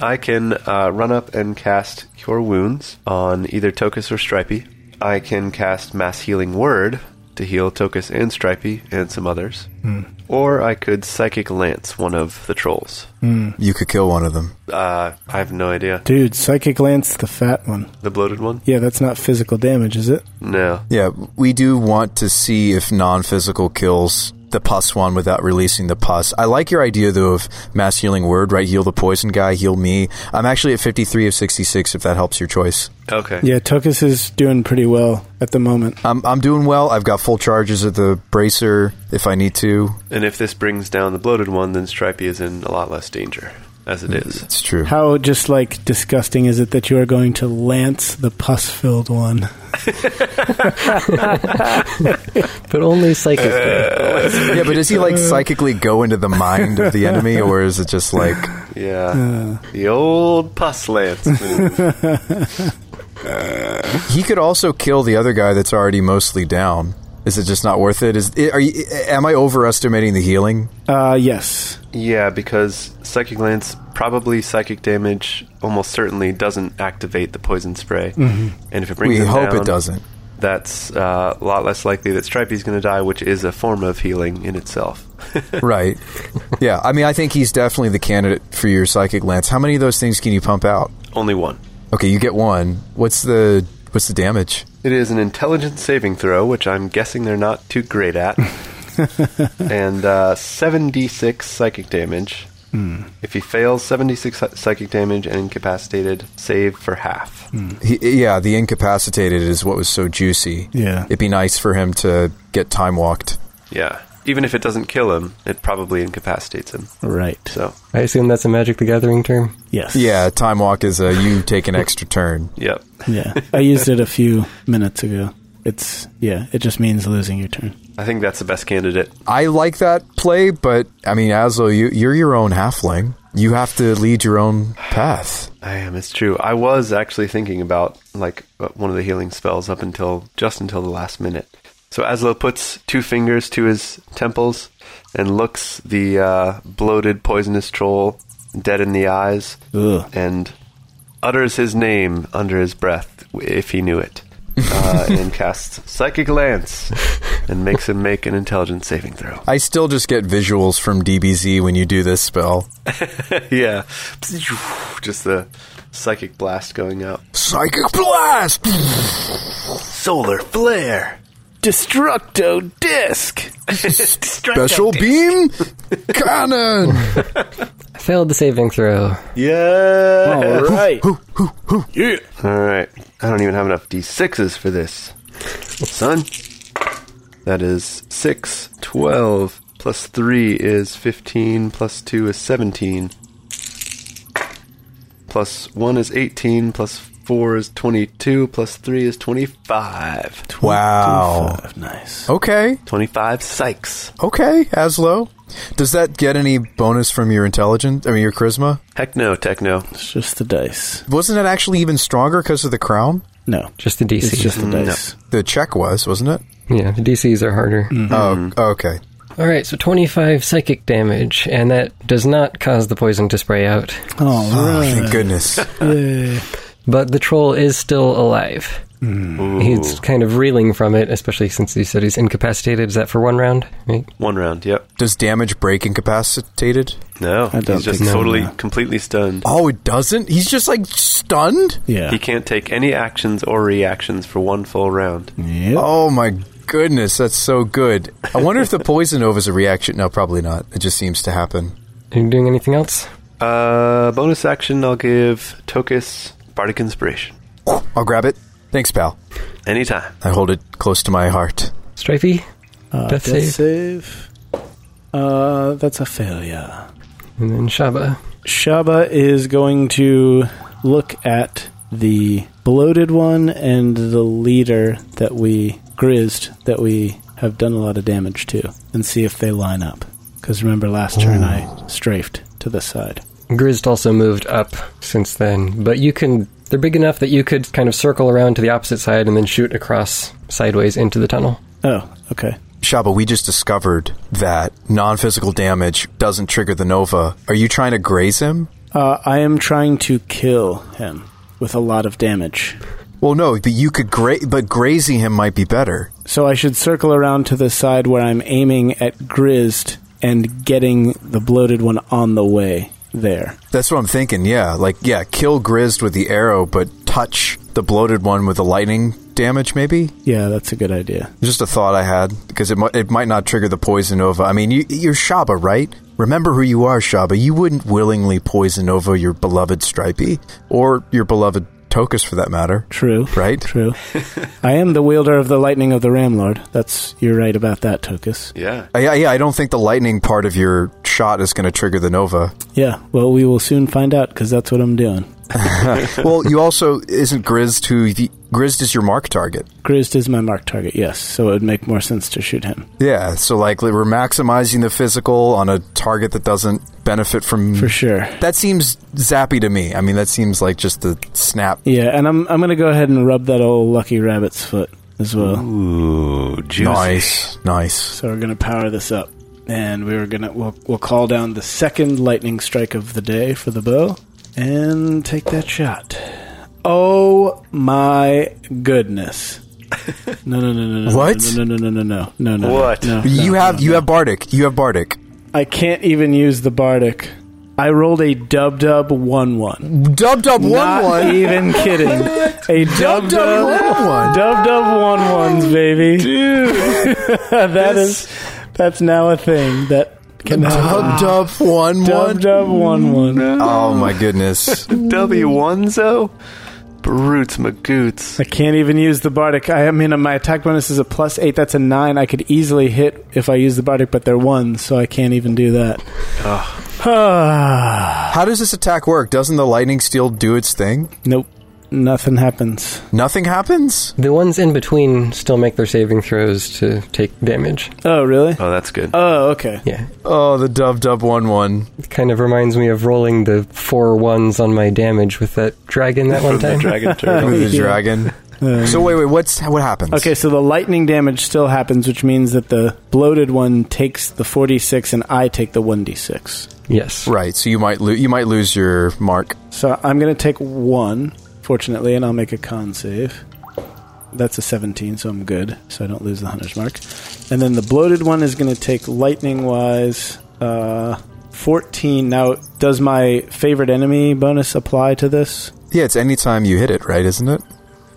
Speaker 1: I can uh, run up and cast Cure Wounds on either Tokus or Stripey. I can cast Mass Healing Word to heal Tokus and Stripey and some others.
Speaker 5: Hmm.
Speaker 1: Or I could Psychic Lance one of the trolls.
Speaker 5: You could kill one of them.
Speaker 1: Uh, I have no idea.
Speaker 4: Dude, Psychic Lance, the fat one.
Speaker 1: The bloated one?
Speaker 4: Yeah, that's not physical damage, is it?
Speaker 1: No.
Speaker 5: Yeah, we do want to see if non-physical kills the pus one without releasing the pus. I like your idea though of mass healing word, right? Heal the poison guy, heal me. I'm actually at 53 of 66 if that helps your choice.
Speaker 1: Okay.
Speaker 4: Yeah, Tokus is doing pretty well at the moment.
Speaker 5: I'm I'm doing well. I've got full charges of the bracer if I need to.
Speaker 1: And if this brings down the bloated one, then Stripey is in a lot less danger, as it is.
Speaker 5: It's true.
Speaker 4: How just like disgusting is it that you are going to lance the pus filled one?
Speaker 3: But only psychic.
Speaker 5: yeah, but does he like psychically go into the mind of the enemy or is it just like
Speaker 1: Yeah. the old pus lance move.
Speaker 5: He could also kill the other guy that's already mostly down. Is it just not worth it? Is are you, am I overestimating the healing?
Speaker 4: Uh, yes.
Speaker 1: Yeah, because Psychic Lance, probably psychic damage, almost certainly doesn't activate the poison spray. And if it brings
Speaker 5: Mm-hmm.
Speaker 1: him
Speaker 5: We hope
Speaker 1: down,
Speaker 5: it doesn't.
Speaker 1: That's uh, a lot less likely that Stripey's going to die, which is a form of healing in itself.
Speaker 5: Right. Yeah, I mean I think he's definitely the candidate for your psychic lance. How many of those things can you pump out?
Speaker 1: Only one.
Speaker 5: Okay, you get one. What's the what's the damage?
Speaker 1: It is an intelligence saving throw, which I'm guessing they're not too great at, and uh, 7d6 psychic damage. If he fails, 76 psy- psychic damage and incapacitated, save for half.
Speaker 5: He, yeah, the incapacitated is what was so juicy.
Speaker 4: Yeah.
Speaker 5: It'd be nice for him to get time walked.
Speaker 1: Yeah. Even if it doesn't kill him, it probably incapacitates him.
Speaker 4: Right.
Speaker 1: So,
Speaker 3: I assume that's a Magic the Gathering term.
Speaker 4: Yes.
Speaker 5: Yeah, time walk is a you take an extra turn.
Speaker 1: yep.
Speaker 4: Yeah. I used it a few minutes ago. It's, yeah, it just means losing your turn.
Speaker 1: I think that's the best candidate.
Speaker 5: I like that play, but I mean, Aslo, you, you're your own halfling. You have to lead your own path.
Speaker 1: I am. It's Ah, true. I was actually thinking about like uh, one of the healing spells up until just until the last minute. So Aslo puts two fingers to his temples and looks the uh, bloated, poisonous troll dead in the eyes
Speaker 4: Ugh.
Speaker 1: and utters his name under his breath if he knew it. uh, and casts psychic lance and makes him make an intelligence saving throw.
Speaker 5: I still just get visuals from DBZ when you do this spell.
Speaker 1: yeah, just the psychic blast going out.
Speaker 5: Psychic blast!
Speaker 1: Solar flare.
Speaker 4: Destructo Disc!
Speaker 5: Special beam? Cannon!
Speaker 3: Failed the saving throw.
Speaker 1: Yeah.
Speaker 4: All right.
Speaker 1: All right. I don't even have enough d6s for this. Son. That is 6, 12, plus 3 is 15, plus 2 is 17, plus 1 is 18, plus 4 is 22, plus 3 is 25.
Speaker 5: Wow. Oh.
Speaker 4: Nice.
Speaker 5: Okay,
Speaker 1: 25 psychs.
Speaker 5: okay, Aslo. Does that get any bonus from your intelligence? I mean, your charisma?
Speaker 1: Heck no, techno.
Speaker 4: It's just the dice.
Speaker 5: Wasn't it actually even stronger because of the crown?
Speaker 4: No.
Speaker 3: Just the DC.
Speaker 4: It's just the dice.
Speaker 5: The check was, wasn't it?
Speaker 3: yeah, the DCs are harder.
Speaker 5: Oh, okay.
Speaker 3: All right, so 25 psychic damage, and that does not cause the poison to spray out.
Speaker 4: All
Speaker 5: Oh,
Speaker 4: right.
Speaker 5: thank goodness.
Speaker 3: But the troll is still alive. He's kind of reeling from it, especially since he said he's incapacitated. Is that for one round? Right?
Speaker 1: One round, yep.
Speaker 5: Does damage break incapacitated?
Speaker 1: No,
Speaker 4: I don't
Speaker 1: he's just
Speaker 4: think so.
Speaker 1: totally,
Speaker 4: No.
Speaker 1: completely stunned.
Speaker 5: Oh, it doesn't? He's just like stunned?
Speaker 4: Yeah.
Speaker 1: He can't take any actions or reactions for one full round.
Speaker 4: Yep.
Speaker 5: Oh my goodness, that's so good. I wonder if the poison nova is a reaction. No, probably not. It just seems to happen.
Speaker 3: Are you doing anything else?
Speaker 1: Uh, bonus action, I'll give Tokus Bardic Inspiration.
Speaker 5: I'll grab it. Thanks, pal.
Speaker 1: Anytime.
Speaker 5: I hold it close to my heart.
Speaker 3: Stripey?
Speaker 4: Uh,
Speaker 3: Death save.
Speaker 4: save. Uh, that's a failure.
Speaker 3: And then Shaba.
Speaker 4: Shaba is going to look at the bloated one and the leader that we grizzed that we have done a lot of damage to and see if they line up. Because remember last turn I strafed to the side.
Speaker 3: Grizzt also moved up since then, but you can. They're big enough that you could kind of circle around to the opposite side and then shoot across sideways into the tunnel.
Speaker 4: Oh, okay.
Speaker 5: Shaba, we just discovered that non physical damage doesn't trigger the Nova. Are you trying to graze him?
Speaker 4: Uh, I am trying to kill him with a lot of damage.
Speaker 5: Well, no, but you could gra- but grazing him might be better.
Speaker 4: So I should circle around to the side where I'm aiming at Grizzed and getting the bloated one on the way there.
Speaker 5: That's what I'm thinking. Yeah, like yeah, kill Grizz with the arrow, but touch the bloated one with the lightning damage. Maybe
Speaker 4: Yeah, that's a good idea.
Speaker 5: just a thought I had because it might it might not trigger the poison nova. I mean, you, you're Shaba, right? Remember who you are, Shaba. You wouldn't willingly poison over your beloved Stripey or your beloved Tokus, for that matter.
Speaker 4: True.
Speaker 5: Right?
Speaker 4: True. I am the wielder of the lightning of the Ramlord. That's you're right about that, Tokus.
Speaker 1: Yeah.
Speaker 5: Uh, yeah, yeah. I don't think the lightning part of your shot is going to trigger the nova.
Speaker 4: Yeah. Well, we will soon find out because that's what I'm doing.
Speaker 5: well, you also isn't Grizz who the, Grizz is your mark target.
Speaker 4: Grizz is my mark target. Yes, so it would make more sense to shoot him
Speaker 5: Yeah, so like we're maximizing the physical on a target that doesn't benefit from.
Speaker 4: for sure.
Speaker 5: That seems zappy to me. I mean, that seems like just the snap.
Speaker 4: Yeah, and I'm I'm gonna go ahead and rub that old lucky rabbit's foot as well.
Speaker 1: Ooh, juicy.
Speaker 5: Nice, nice.
Speaker 4: So we're gonna power this up, and we were gonna we'll, we'll call down the second lightning strike of the day for the bow, and take that shot. Oh my goodness! No, no, no, no, no.
Speaker 5: What?
Speaker 4: No, no, no, no, no, no, no.
Speaker 1: What?
Speaker 4: No, no,
Speaker 5: You
Speaker 4: no,
Speaker 5: have
Speaker 4: no.
Speaker 5: you have Bardic. You have Bardic.
Speaker 4: I can't even use the bardic. I rolled a dub dub one one.
Speaker 5: Dub dub one
Speaker 4: Not
Speaker 5: one.
Speaker 4: even kidding. A dub dub
Speaker 5: one one.
Speaker 4: dub dub one ones, baby. that is that's now a thing that can happen.
Speaker 5: Dub dub one
Speaker 4: Dub
Speaker 5: one.
Speaker 4: dub one one.
Speaker 5: Oh my goodness.
Speaker 1: W1zo? Brutes Magoots.
Speaker 4: I can't even use the bardic. I mean, my attack bonus is a plus eight. That's a nine. I could easily hit if I use the bardic, but they're one, so I can't even do that. Ah.
Speaker 5: How does this attack work? Doesn't the lightning steel do its thing?
Speaker 4: nope, nothing happens.
Speaker 5: Nothing happens.
Speaker 3: The ones in between still make their saving throws to take damage.
Speaker 4: Oh, really?
Speaker 1: Oh, that's good.
Speaker 4: Oh, okay.
Speaker 3: Yeah.
Speaker 5: Oh, the dub dub one one.
Speaker 3: It kind of reminds me of rolling the four ones on my damage with that dragon that one
Speaker 1: From the
Speaker 3: time.
Speaker 1: Dragon Turtle.
Speaker 5: With the
Speaker 4: Yeah.
Speaker 5: dragon. So wait, wait. What's what happens?
Speaker 4: Okay, so the lightning damage still happens, which means that the bloated one takes the 46 and I take the 1d6.
Speaker 3: Yes.
Speaker 5: Right. So you might lo- you might lose your mark.
Speaker 4: So I'm going to take 1, fortunately, and I'll make a con save. That's a 17, so I'm good, so I don't lose the hunter's mark. And then the bloated one is going to take lightning wise uh, 14. Now, does my favorite enemy bonus apply to this?
Speaker 5: Yeah, it's any time you hit it, right? Isn't it?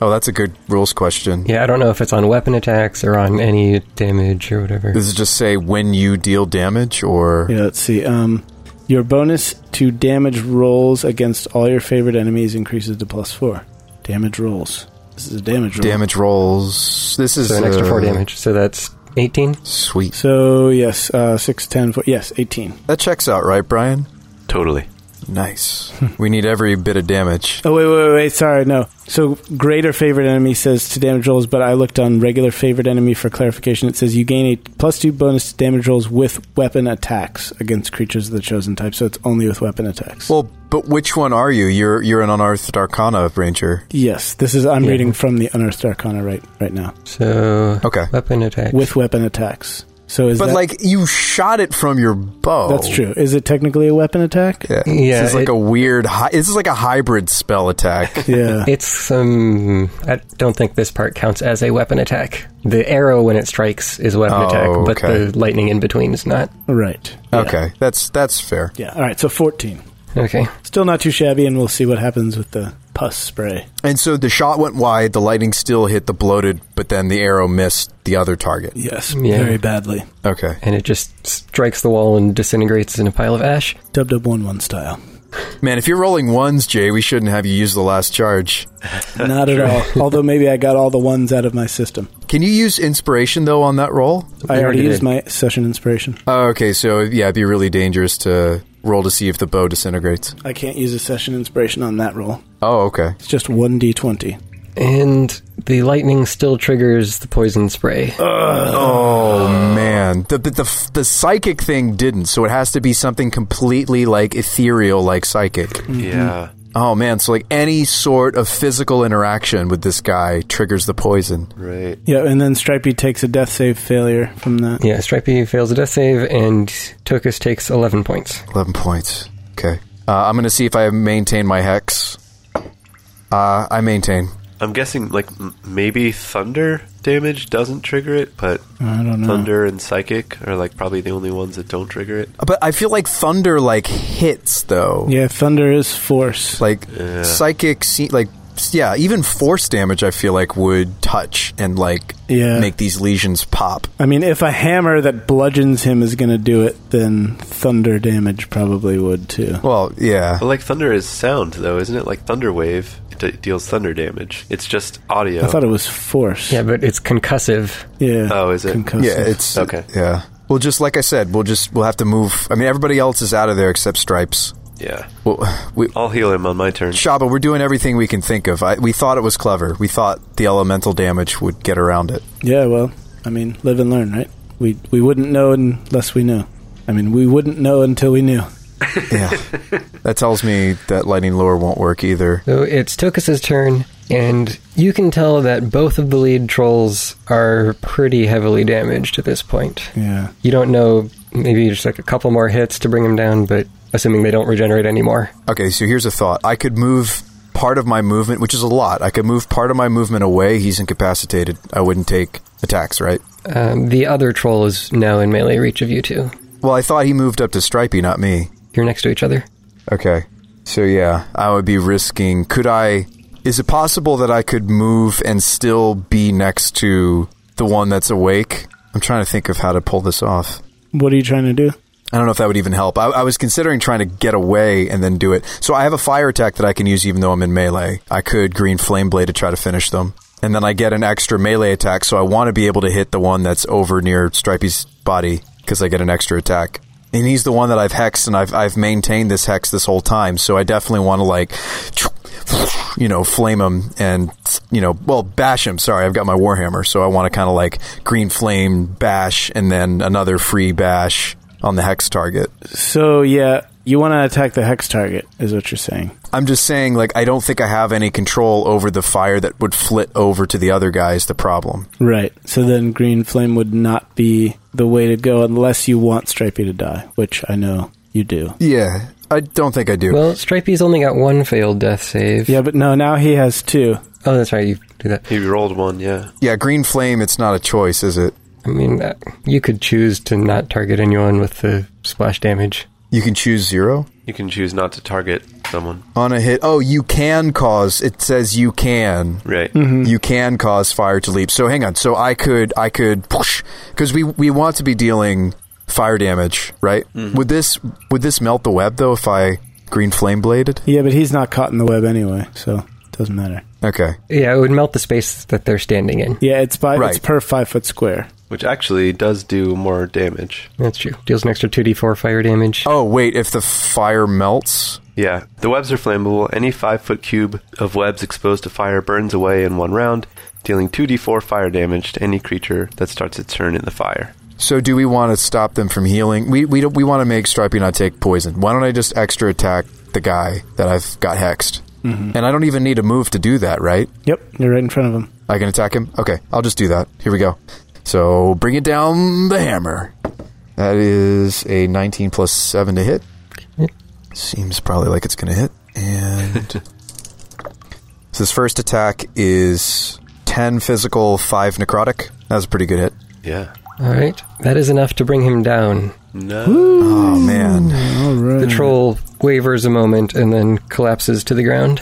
Speaker 5: Oh, that's a good rules question.
Speaker 3: Yeah, I don't know if it's on weapon attacks or on any damage or whatever.
Speaker 5: Does it just say when you deal damage, or
Speaker 4: Yeah, let's see. Um, your bonus to damage rolls against all your favorite enemies increases to plus four. Damage rolls. This is a damage roll.
Speaker 5: damage rolls? This is
Speaker 3: So an extra four
Speaker 5: uh,
Speaker 3: damage. So that's 18?
Speaker 5: Sweet.
Speaker 4: So yes, uh, six, ten, four, yes, eighteen.
Speaker 5: That checks out, right, Brian?
Speaker 1: Totally.
Speaker 5: Nice. we need every bit of damage.
Speaker 4: Oh wait, wait, wait. Sorry, no. So greater favorite enemy says to damage rolls, but I looked on regular favorite enemy for clarification. It says you gain a plus two bonus to damage rolls with weapon attacks against creatures of the chosen type. So it's only with weapon attacks.
Speaker 5: Well, but which one are you? You're you're an unearthed arcana ranger.
Speaker 4: yes, this is. I'm
Speaker 3: Yeah.
Speaker 4: reading from the Unearthed Arcana right right now.
Speaker 3: So
Speaker 5: Okay.
Speaker 3: weapon attacks.
Speaker 4: With weapon attacks. So is
Speaker 5: But
Speaker 4: that,
Speaker 5: like you shot it from your bow.
Speaker 4: that's true. Is it technically a weapon attack?
Speaker 5: Yeah.
Speaker 3: Oh. Yeah,
Speaker 5: This is
Speaker 3: it-
Speaker 5: like a weird. Hi- this is like a hybrid spell attack.
Speaker 4: Yeah.
Speaker 3: It's some. I don't think this part counts as a weapon attack. The arrow when it strikes is a weapon
Speaker 5: Oh,
Speaker 3: attack, but
Speaker 5: okay.
Speaker 3: the lightning in between is not.
Speaker 4: right.
Speaker 5: Okay, that's that's fair.
Speaker 4: Yeah. All right. So 14.
Speaker 3: Okay.
Speaker 4: Still not too shabby, and we'll see what happens with the pus spray.
Speaker 5: And so the shot went wide. The lightning still hit the bloated, but then the arrow missed the other target.
Speaker 4: Yes.
Speaker 3: Yeah.
Speaker 4: Very badly.
Speaker 5: Okay,
Speaker 3: And it just strikes the wall and disintegrates in a pile of ash.
Speaker 4: Dub dub 1 1 style.
Speaker 5: man, if you're rolling ones, Jay, we shouldn't have you use the last charge.
Speaker 4: Not at all. Although maybe I got all the ones out of my system.
Speaker 5: Can you use inspiration though on that roll?
Speaker 4: I
Speaker 3: You
Speaker 4: already
Speaker 3: already
Speaker 4: used
Speaker 3: did.
Speaker 4: my session inspiration.
Speaker 5: Oh, okay, so yeah, it'd be really dangerous to roll to see if the bow disintegrates.
Speaker 4: I can't use a session inspiration on that roll.
Speaker 5: Oh, okay.
Speaker 4: It's just 1d20.
Speaker 3: And the lightning still triggers the poison spray.
Speaker 5: Uh. Oh man, the, the the the psychic thing didn't, so it has to be something completely like ethereal, like psychic.
Speaker 4: mm-hmm.
Speaker 1: Yeah.
Speaker 5: Oh man, so like any sort of physical interaction with this guy triggers the poison.
Speaker 1: Right.
Speaker 4: Yeah, and then Stripey takes a death save failure from that.
Speaker 3: Yeah, Stripey fails a death save, and Tokus takes 11 points.
Speaker 5: Eleven points. Okay, uh, I'm gonna see if I maintain my hex. Uh, I maintain.
Speaker 1: I'm guessing like m- maybe thunder damage doesn't trigger it, but
Speaker 4: I don't know.
Speaker 1: thunder and psychic are like probably the only ones that don't trigger it.
Speaker 5: But I feel like thunder like hits though.
Speaker 4: Yeah, thunder is force.
Speaker 5: Like psychic, se- like yeah, even force damage. I feel like would touch and like
Speaker 4: Yeah.
Speaker 5: make these lesions pop.
Speaker 4: I mean, if a hammer that bludgeons him is going to do it, then thunder damage probably would too.
Speaker 5: Well, yeah.
Speaker 1: But like thunder is sound though, isn't it? Like thunder wave it d- deals thunder damage. It's just audio.
Speaker 4: I thought it was force.
Speaker 3: Yeah, but it's concussive.
Speaker 4: Yeah.
Speaker 1: Oh, is it?
Speaker 4: Concussive.
Speaker 5: Yeah, it's
Speaker 1: Okay.
Speaker 5: Yeah. Well, just like I said, we'll just we'll have to move. I mean, everybody else is out of there except Stripes.
Speaker 1: yeah.
Speaker 5: Well, we,
Speaker 1: I'll heal him on my turn.
Speaker 5: Shaba, we're doing everything we can think of. I, we thought it was clever. We thought the elemental damage would get around it.
Speaker 4: Yeah, well, I mean, live and learn, right? We we wouldn't know unless we knew. I mean, we wouldn't know until we knew.
Speaker 5: Yeah. that tells me that lightning lure won't work either.
Speaker 3: So it's Tokus's turn, and you can tell that both of the lead trolls are pretty heavily damaged at this point.
Speaker 4: Yeah.
Speaker 3: You don't know, maybe just like a couple more hits to bring them down, but assuming they don't regenerate anymore.
Speaker 5: Okay, so here's a thought. I could move part of my movement, which is a lot. I could move part of my movement away. He's incapacitated. I wouldn't take attacks, right?
Speaker 3: Um, the other troll is now in melee reach of you two.
Speaker 5: Well, I thought he moved up to Stripey, not me.
Speaker 3: You're next to each other.
Speaker 5: Okay. So yeah, I would be risking. Could I? Is it possible that I could move and still be next to the one that's awake? I'm trying to think of how to pull this off.
Speaker 4: What are you trying to do?
Speaker 5: I don't know if that would even help. I, I was considering trying to get away and then do it. So I have a fire attack that I can use even though I'm in melee. I could green flame blade to try to finish them. And then I get an extra melee attack, so I want to be able to hit the one that's over near Stripey's body because I get an extra attack. And he's the one that I've hexed, and I've, I've maintained this hex this whole time, so I definitely want to, like, you know, flame him and, you know, well, bash him. Sorry, I've got my Warhammer, so I want to kind of, like, green flame, bash, and then another free bash on the hex target.
Speaker 4: So, yeah, you want to attack the hex target is what you're saying.
Speaker 5: I'm just saying, like, I don't think I have any control over the fire that would flit over to the other guy is the problem.
Speaker 4: Right. So then green flame would not be the way to go unless you want Stripey to die, which I know you do.
Speaker 5: Yeah, I don't think I do.
Speaker 3: Well, Stripey's only got one failed death save.
Speaker 4: Yeah, but no, now he has two.
Speaker 3: Oh, that's right. You do that.
Speaker 1: He rolled one, yeah.
Speaker 5: yeah, green flame, it's not a choice, is it?
Speaker 3: I mean, that, you could choose to not target anyone with the splash damage.
Speaker 5: You can choose zero
Speaker 1: You can choose not to target someone.
Speaker 5: on a hit. Oh, you can cause, it says you can.
Speaker 1: Right.
Speaker 4: Hmm.
Speaker 5: You can cause fire to leap. So hang on. So I could, I could, because we we want to be dealing fire damage, right? Would this would this melt the web though if I green flame bladed?
Speaker 4: Yeah, but he's not caught in the web anyway, so it doesn't matter.
Speaker 5: Okay.
Speaker 3: Yeah, it would melt the space that they're standing in.
Speaker 4: Yeah, it's by it's
Speaker 5: Right.
Speaker 4: per 5 foot square.
Speaker 1: Which actually does do more damage.
Speaker 3: That's true. Deals an extra 2d4 fire damage.
Speaker 5: Oh wait, if the fire melts,
Speaker 1: Yeah. The webs are flammable. Any five foot cube of webs exposed to fire burns away in one round, dealing 2d4 fire damage to any creature that starts its turn in the fire.
Speaker 5: So do we want to stop them from healing? We we don't, we want to make Stripey not take poison. Why don't I just extra attack the guy that I've got hexed? And I don't even need a move to do that, right?
Speaker 4: Yep, you're right in front of him.
Speaker 5: I can attack him. Okay, I'll just do that. Here we go. So bring it down the hammer. That is a 19 plus 7 to hit. Seems probably like it's going to hit. And so his first attack is 10 physical, 5 necrotic. That was a pretty good hit.
Speaker 1: Yeah.
Speaker 3: All right. That is enough to bring him down.
Speaker 1: No.
Speaker 5: Oh, man.
Speaker 4: All right.
Speaker 3: The troll wavers a moment and then collapses to the ground.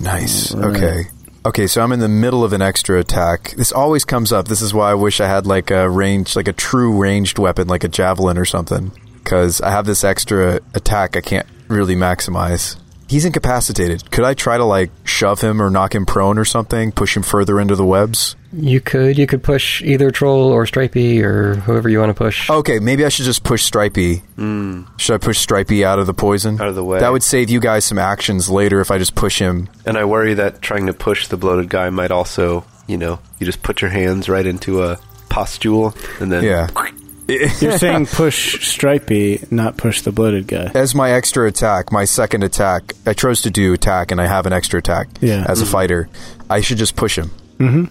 Speaker 5: Nice.
Speaker 1: Mm,
Speaker 5: Okay. Okay, so I'm in the middle of an extra attack. This always comes up. This is why I wish I had like a range, like a true ranged weapon, like a javelin or something. Because I have this extra attack I can't really maximize. He's incapacitated. Could I try to like shove him or knock him prone or something? Push him further into the webs?
Speaker 3: You could you could push either troll or stripey or whoever you want to push.
Speaker 5: Okay, maybe I should just push Stripey. Should I push Stripey out of the poison?
Speaker 1: Hmm. Out of the way.
Speaker 5: That would save you guys some actions later if I just push him.
Speaker 1: And I worry that trying to push the bloated guy might also, you know, you just put your hands right into a postule and then
Speaker 5: Yeah.
Speaker 4: You're saying push Stripey, not push the bloated guy.
Speaker 5: as my extra attack, my second attack, I chose to do attack, and I have an extra attack
Speaker 4: Yeah.
Speaker 5: as a fighter. I should just push him.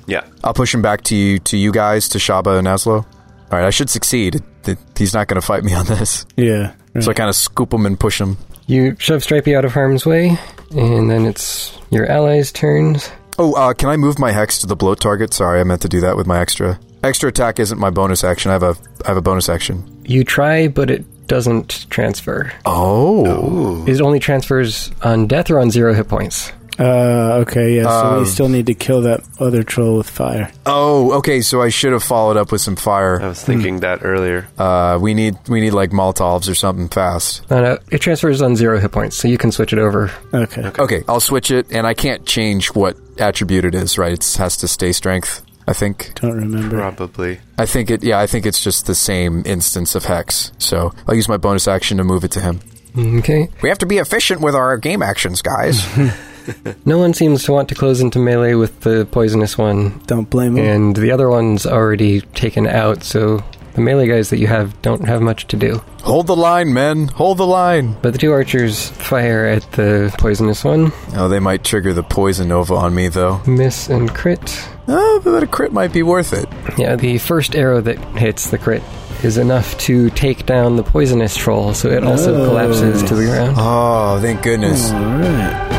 Speaker 1: Yeah.
Speaker 5: I'll push him back to you, to you guys, to Shaba and Aslo. All right, I should succeed. Th- He's not going to fight me on this,
Speaker 4: Yeah. right.
Speaker 5: so I kind of scoop him and push him.
Speaker 3: You shove stripey out of harm's way, and then it's your allies' turns.
Speaker 5: Oh, uh, can I move my hex to the bloat target? Sorry, I meant to do that with my extra. Extra attack isn't my bonus action. I have a I have a bonus action.
Speaker 3: You try, but it doesn't transfer.
Speaker 5: Oh,
Speaker 3: It only transfers on death or on zero hit points.
Speaker 4: Uh, okay, yeah, so we still need to kill that other troll with fire.
Speaker 5: oh, okay. So I should have followed up with some
Speaker 1: I
Speaker 5: fire.
Speaker 1: was thinking that earlier.
Speaker 5: Uh, we need we need like Molotovs or something fast.
Speaker 3: No, no, it transfers on zero hit points, so you can switch it over.
Speaker 4: Okay.
Speaker 5: Okay, I'll switch it, and I can't change what attribute it is, right? It has to stay strength. I think.
Speaker 4: Don't remember.
Speaker 1: Probably.
Speaker 5: I think it. Yeah, I think it's just the same instance of hex. So I'll use my bonus action to move it to him.
Speaker 3: Okay.
Speaker 5: We have to be efficient with our game actions, guys.
Speaker 3: No one seems to want to close into melee with the poisonous one,
Speaker 4: Don't blame him.
Speaker 3: and the other one's already taken out, so the melee guys that you have don't have much to do.
Speaker 5: Hold the line, men. Hold the line.
Speaker 3: But the two archers fire at the poisonous one,
Speaker 5: Oh, they might trigger the poison nova on me though.
Speaker 3: miss and crit.
Speaker 5: Oh, but a crit might be worth it.
Speaker 3: Yeah, the first arrow that hits the crit is enough to take down the poisonous troll, so it also collapses to the ground.
Speaker 5: Oh, thank goodness.
Speaker 4: All right.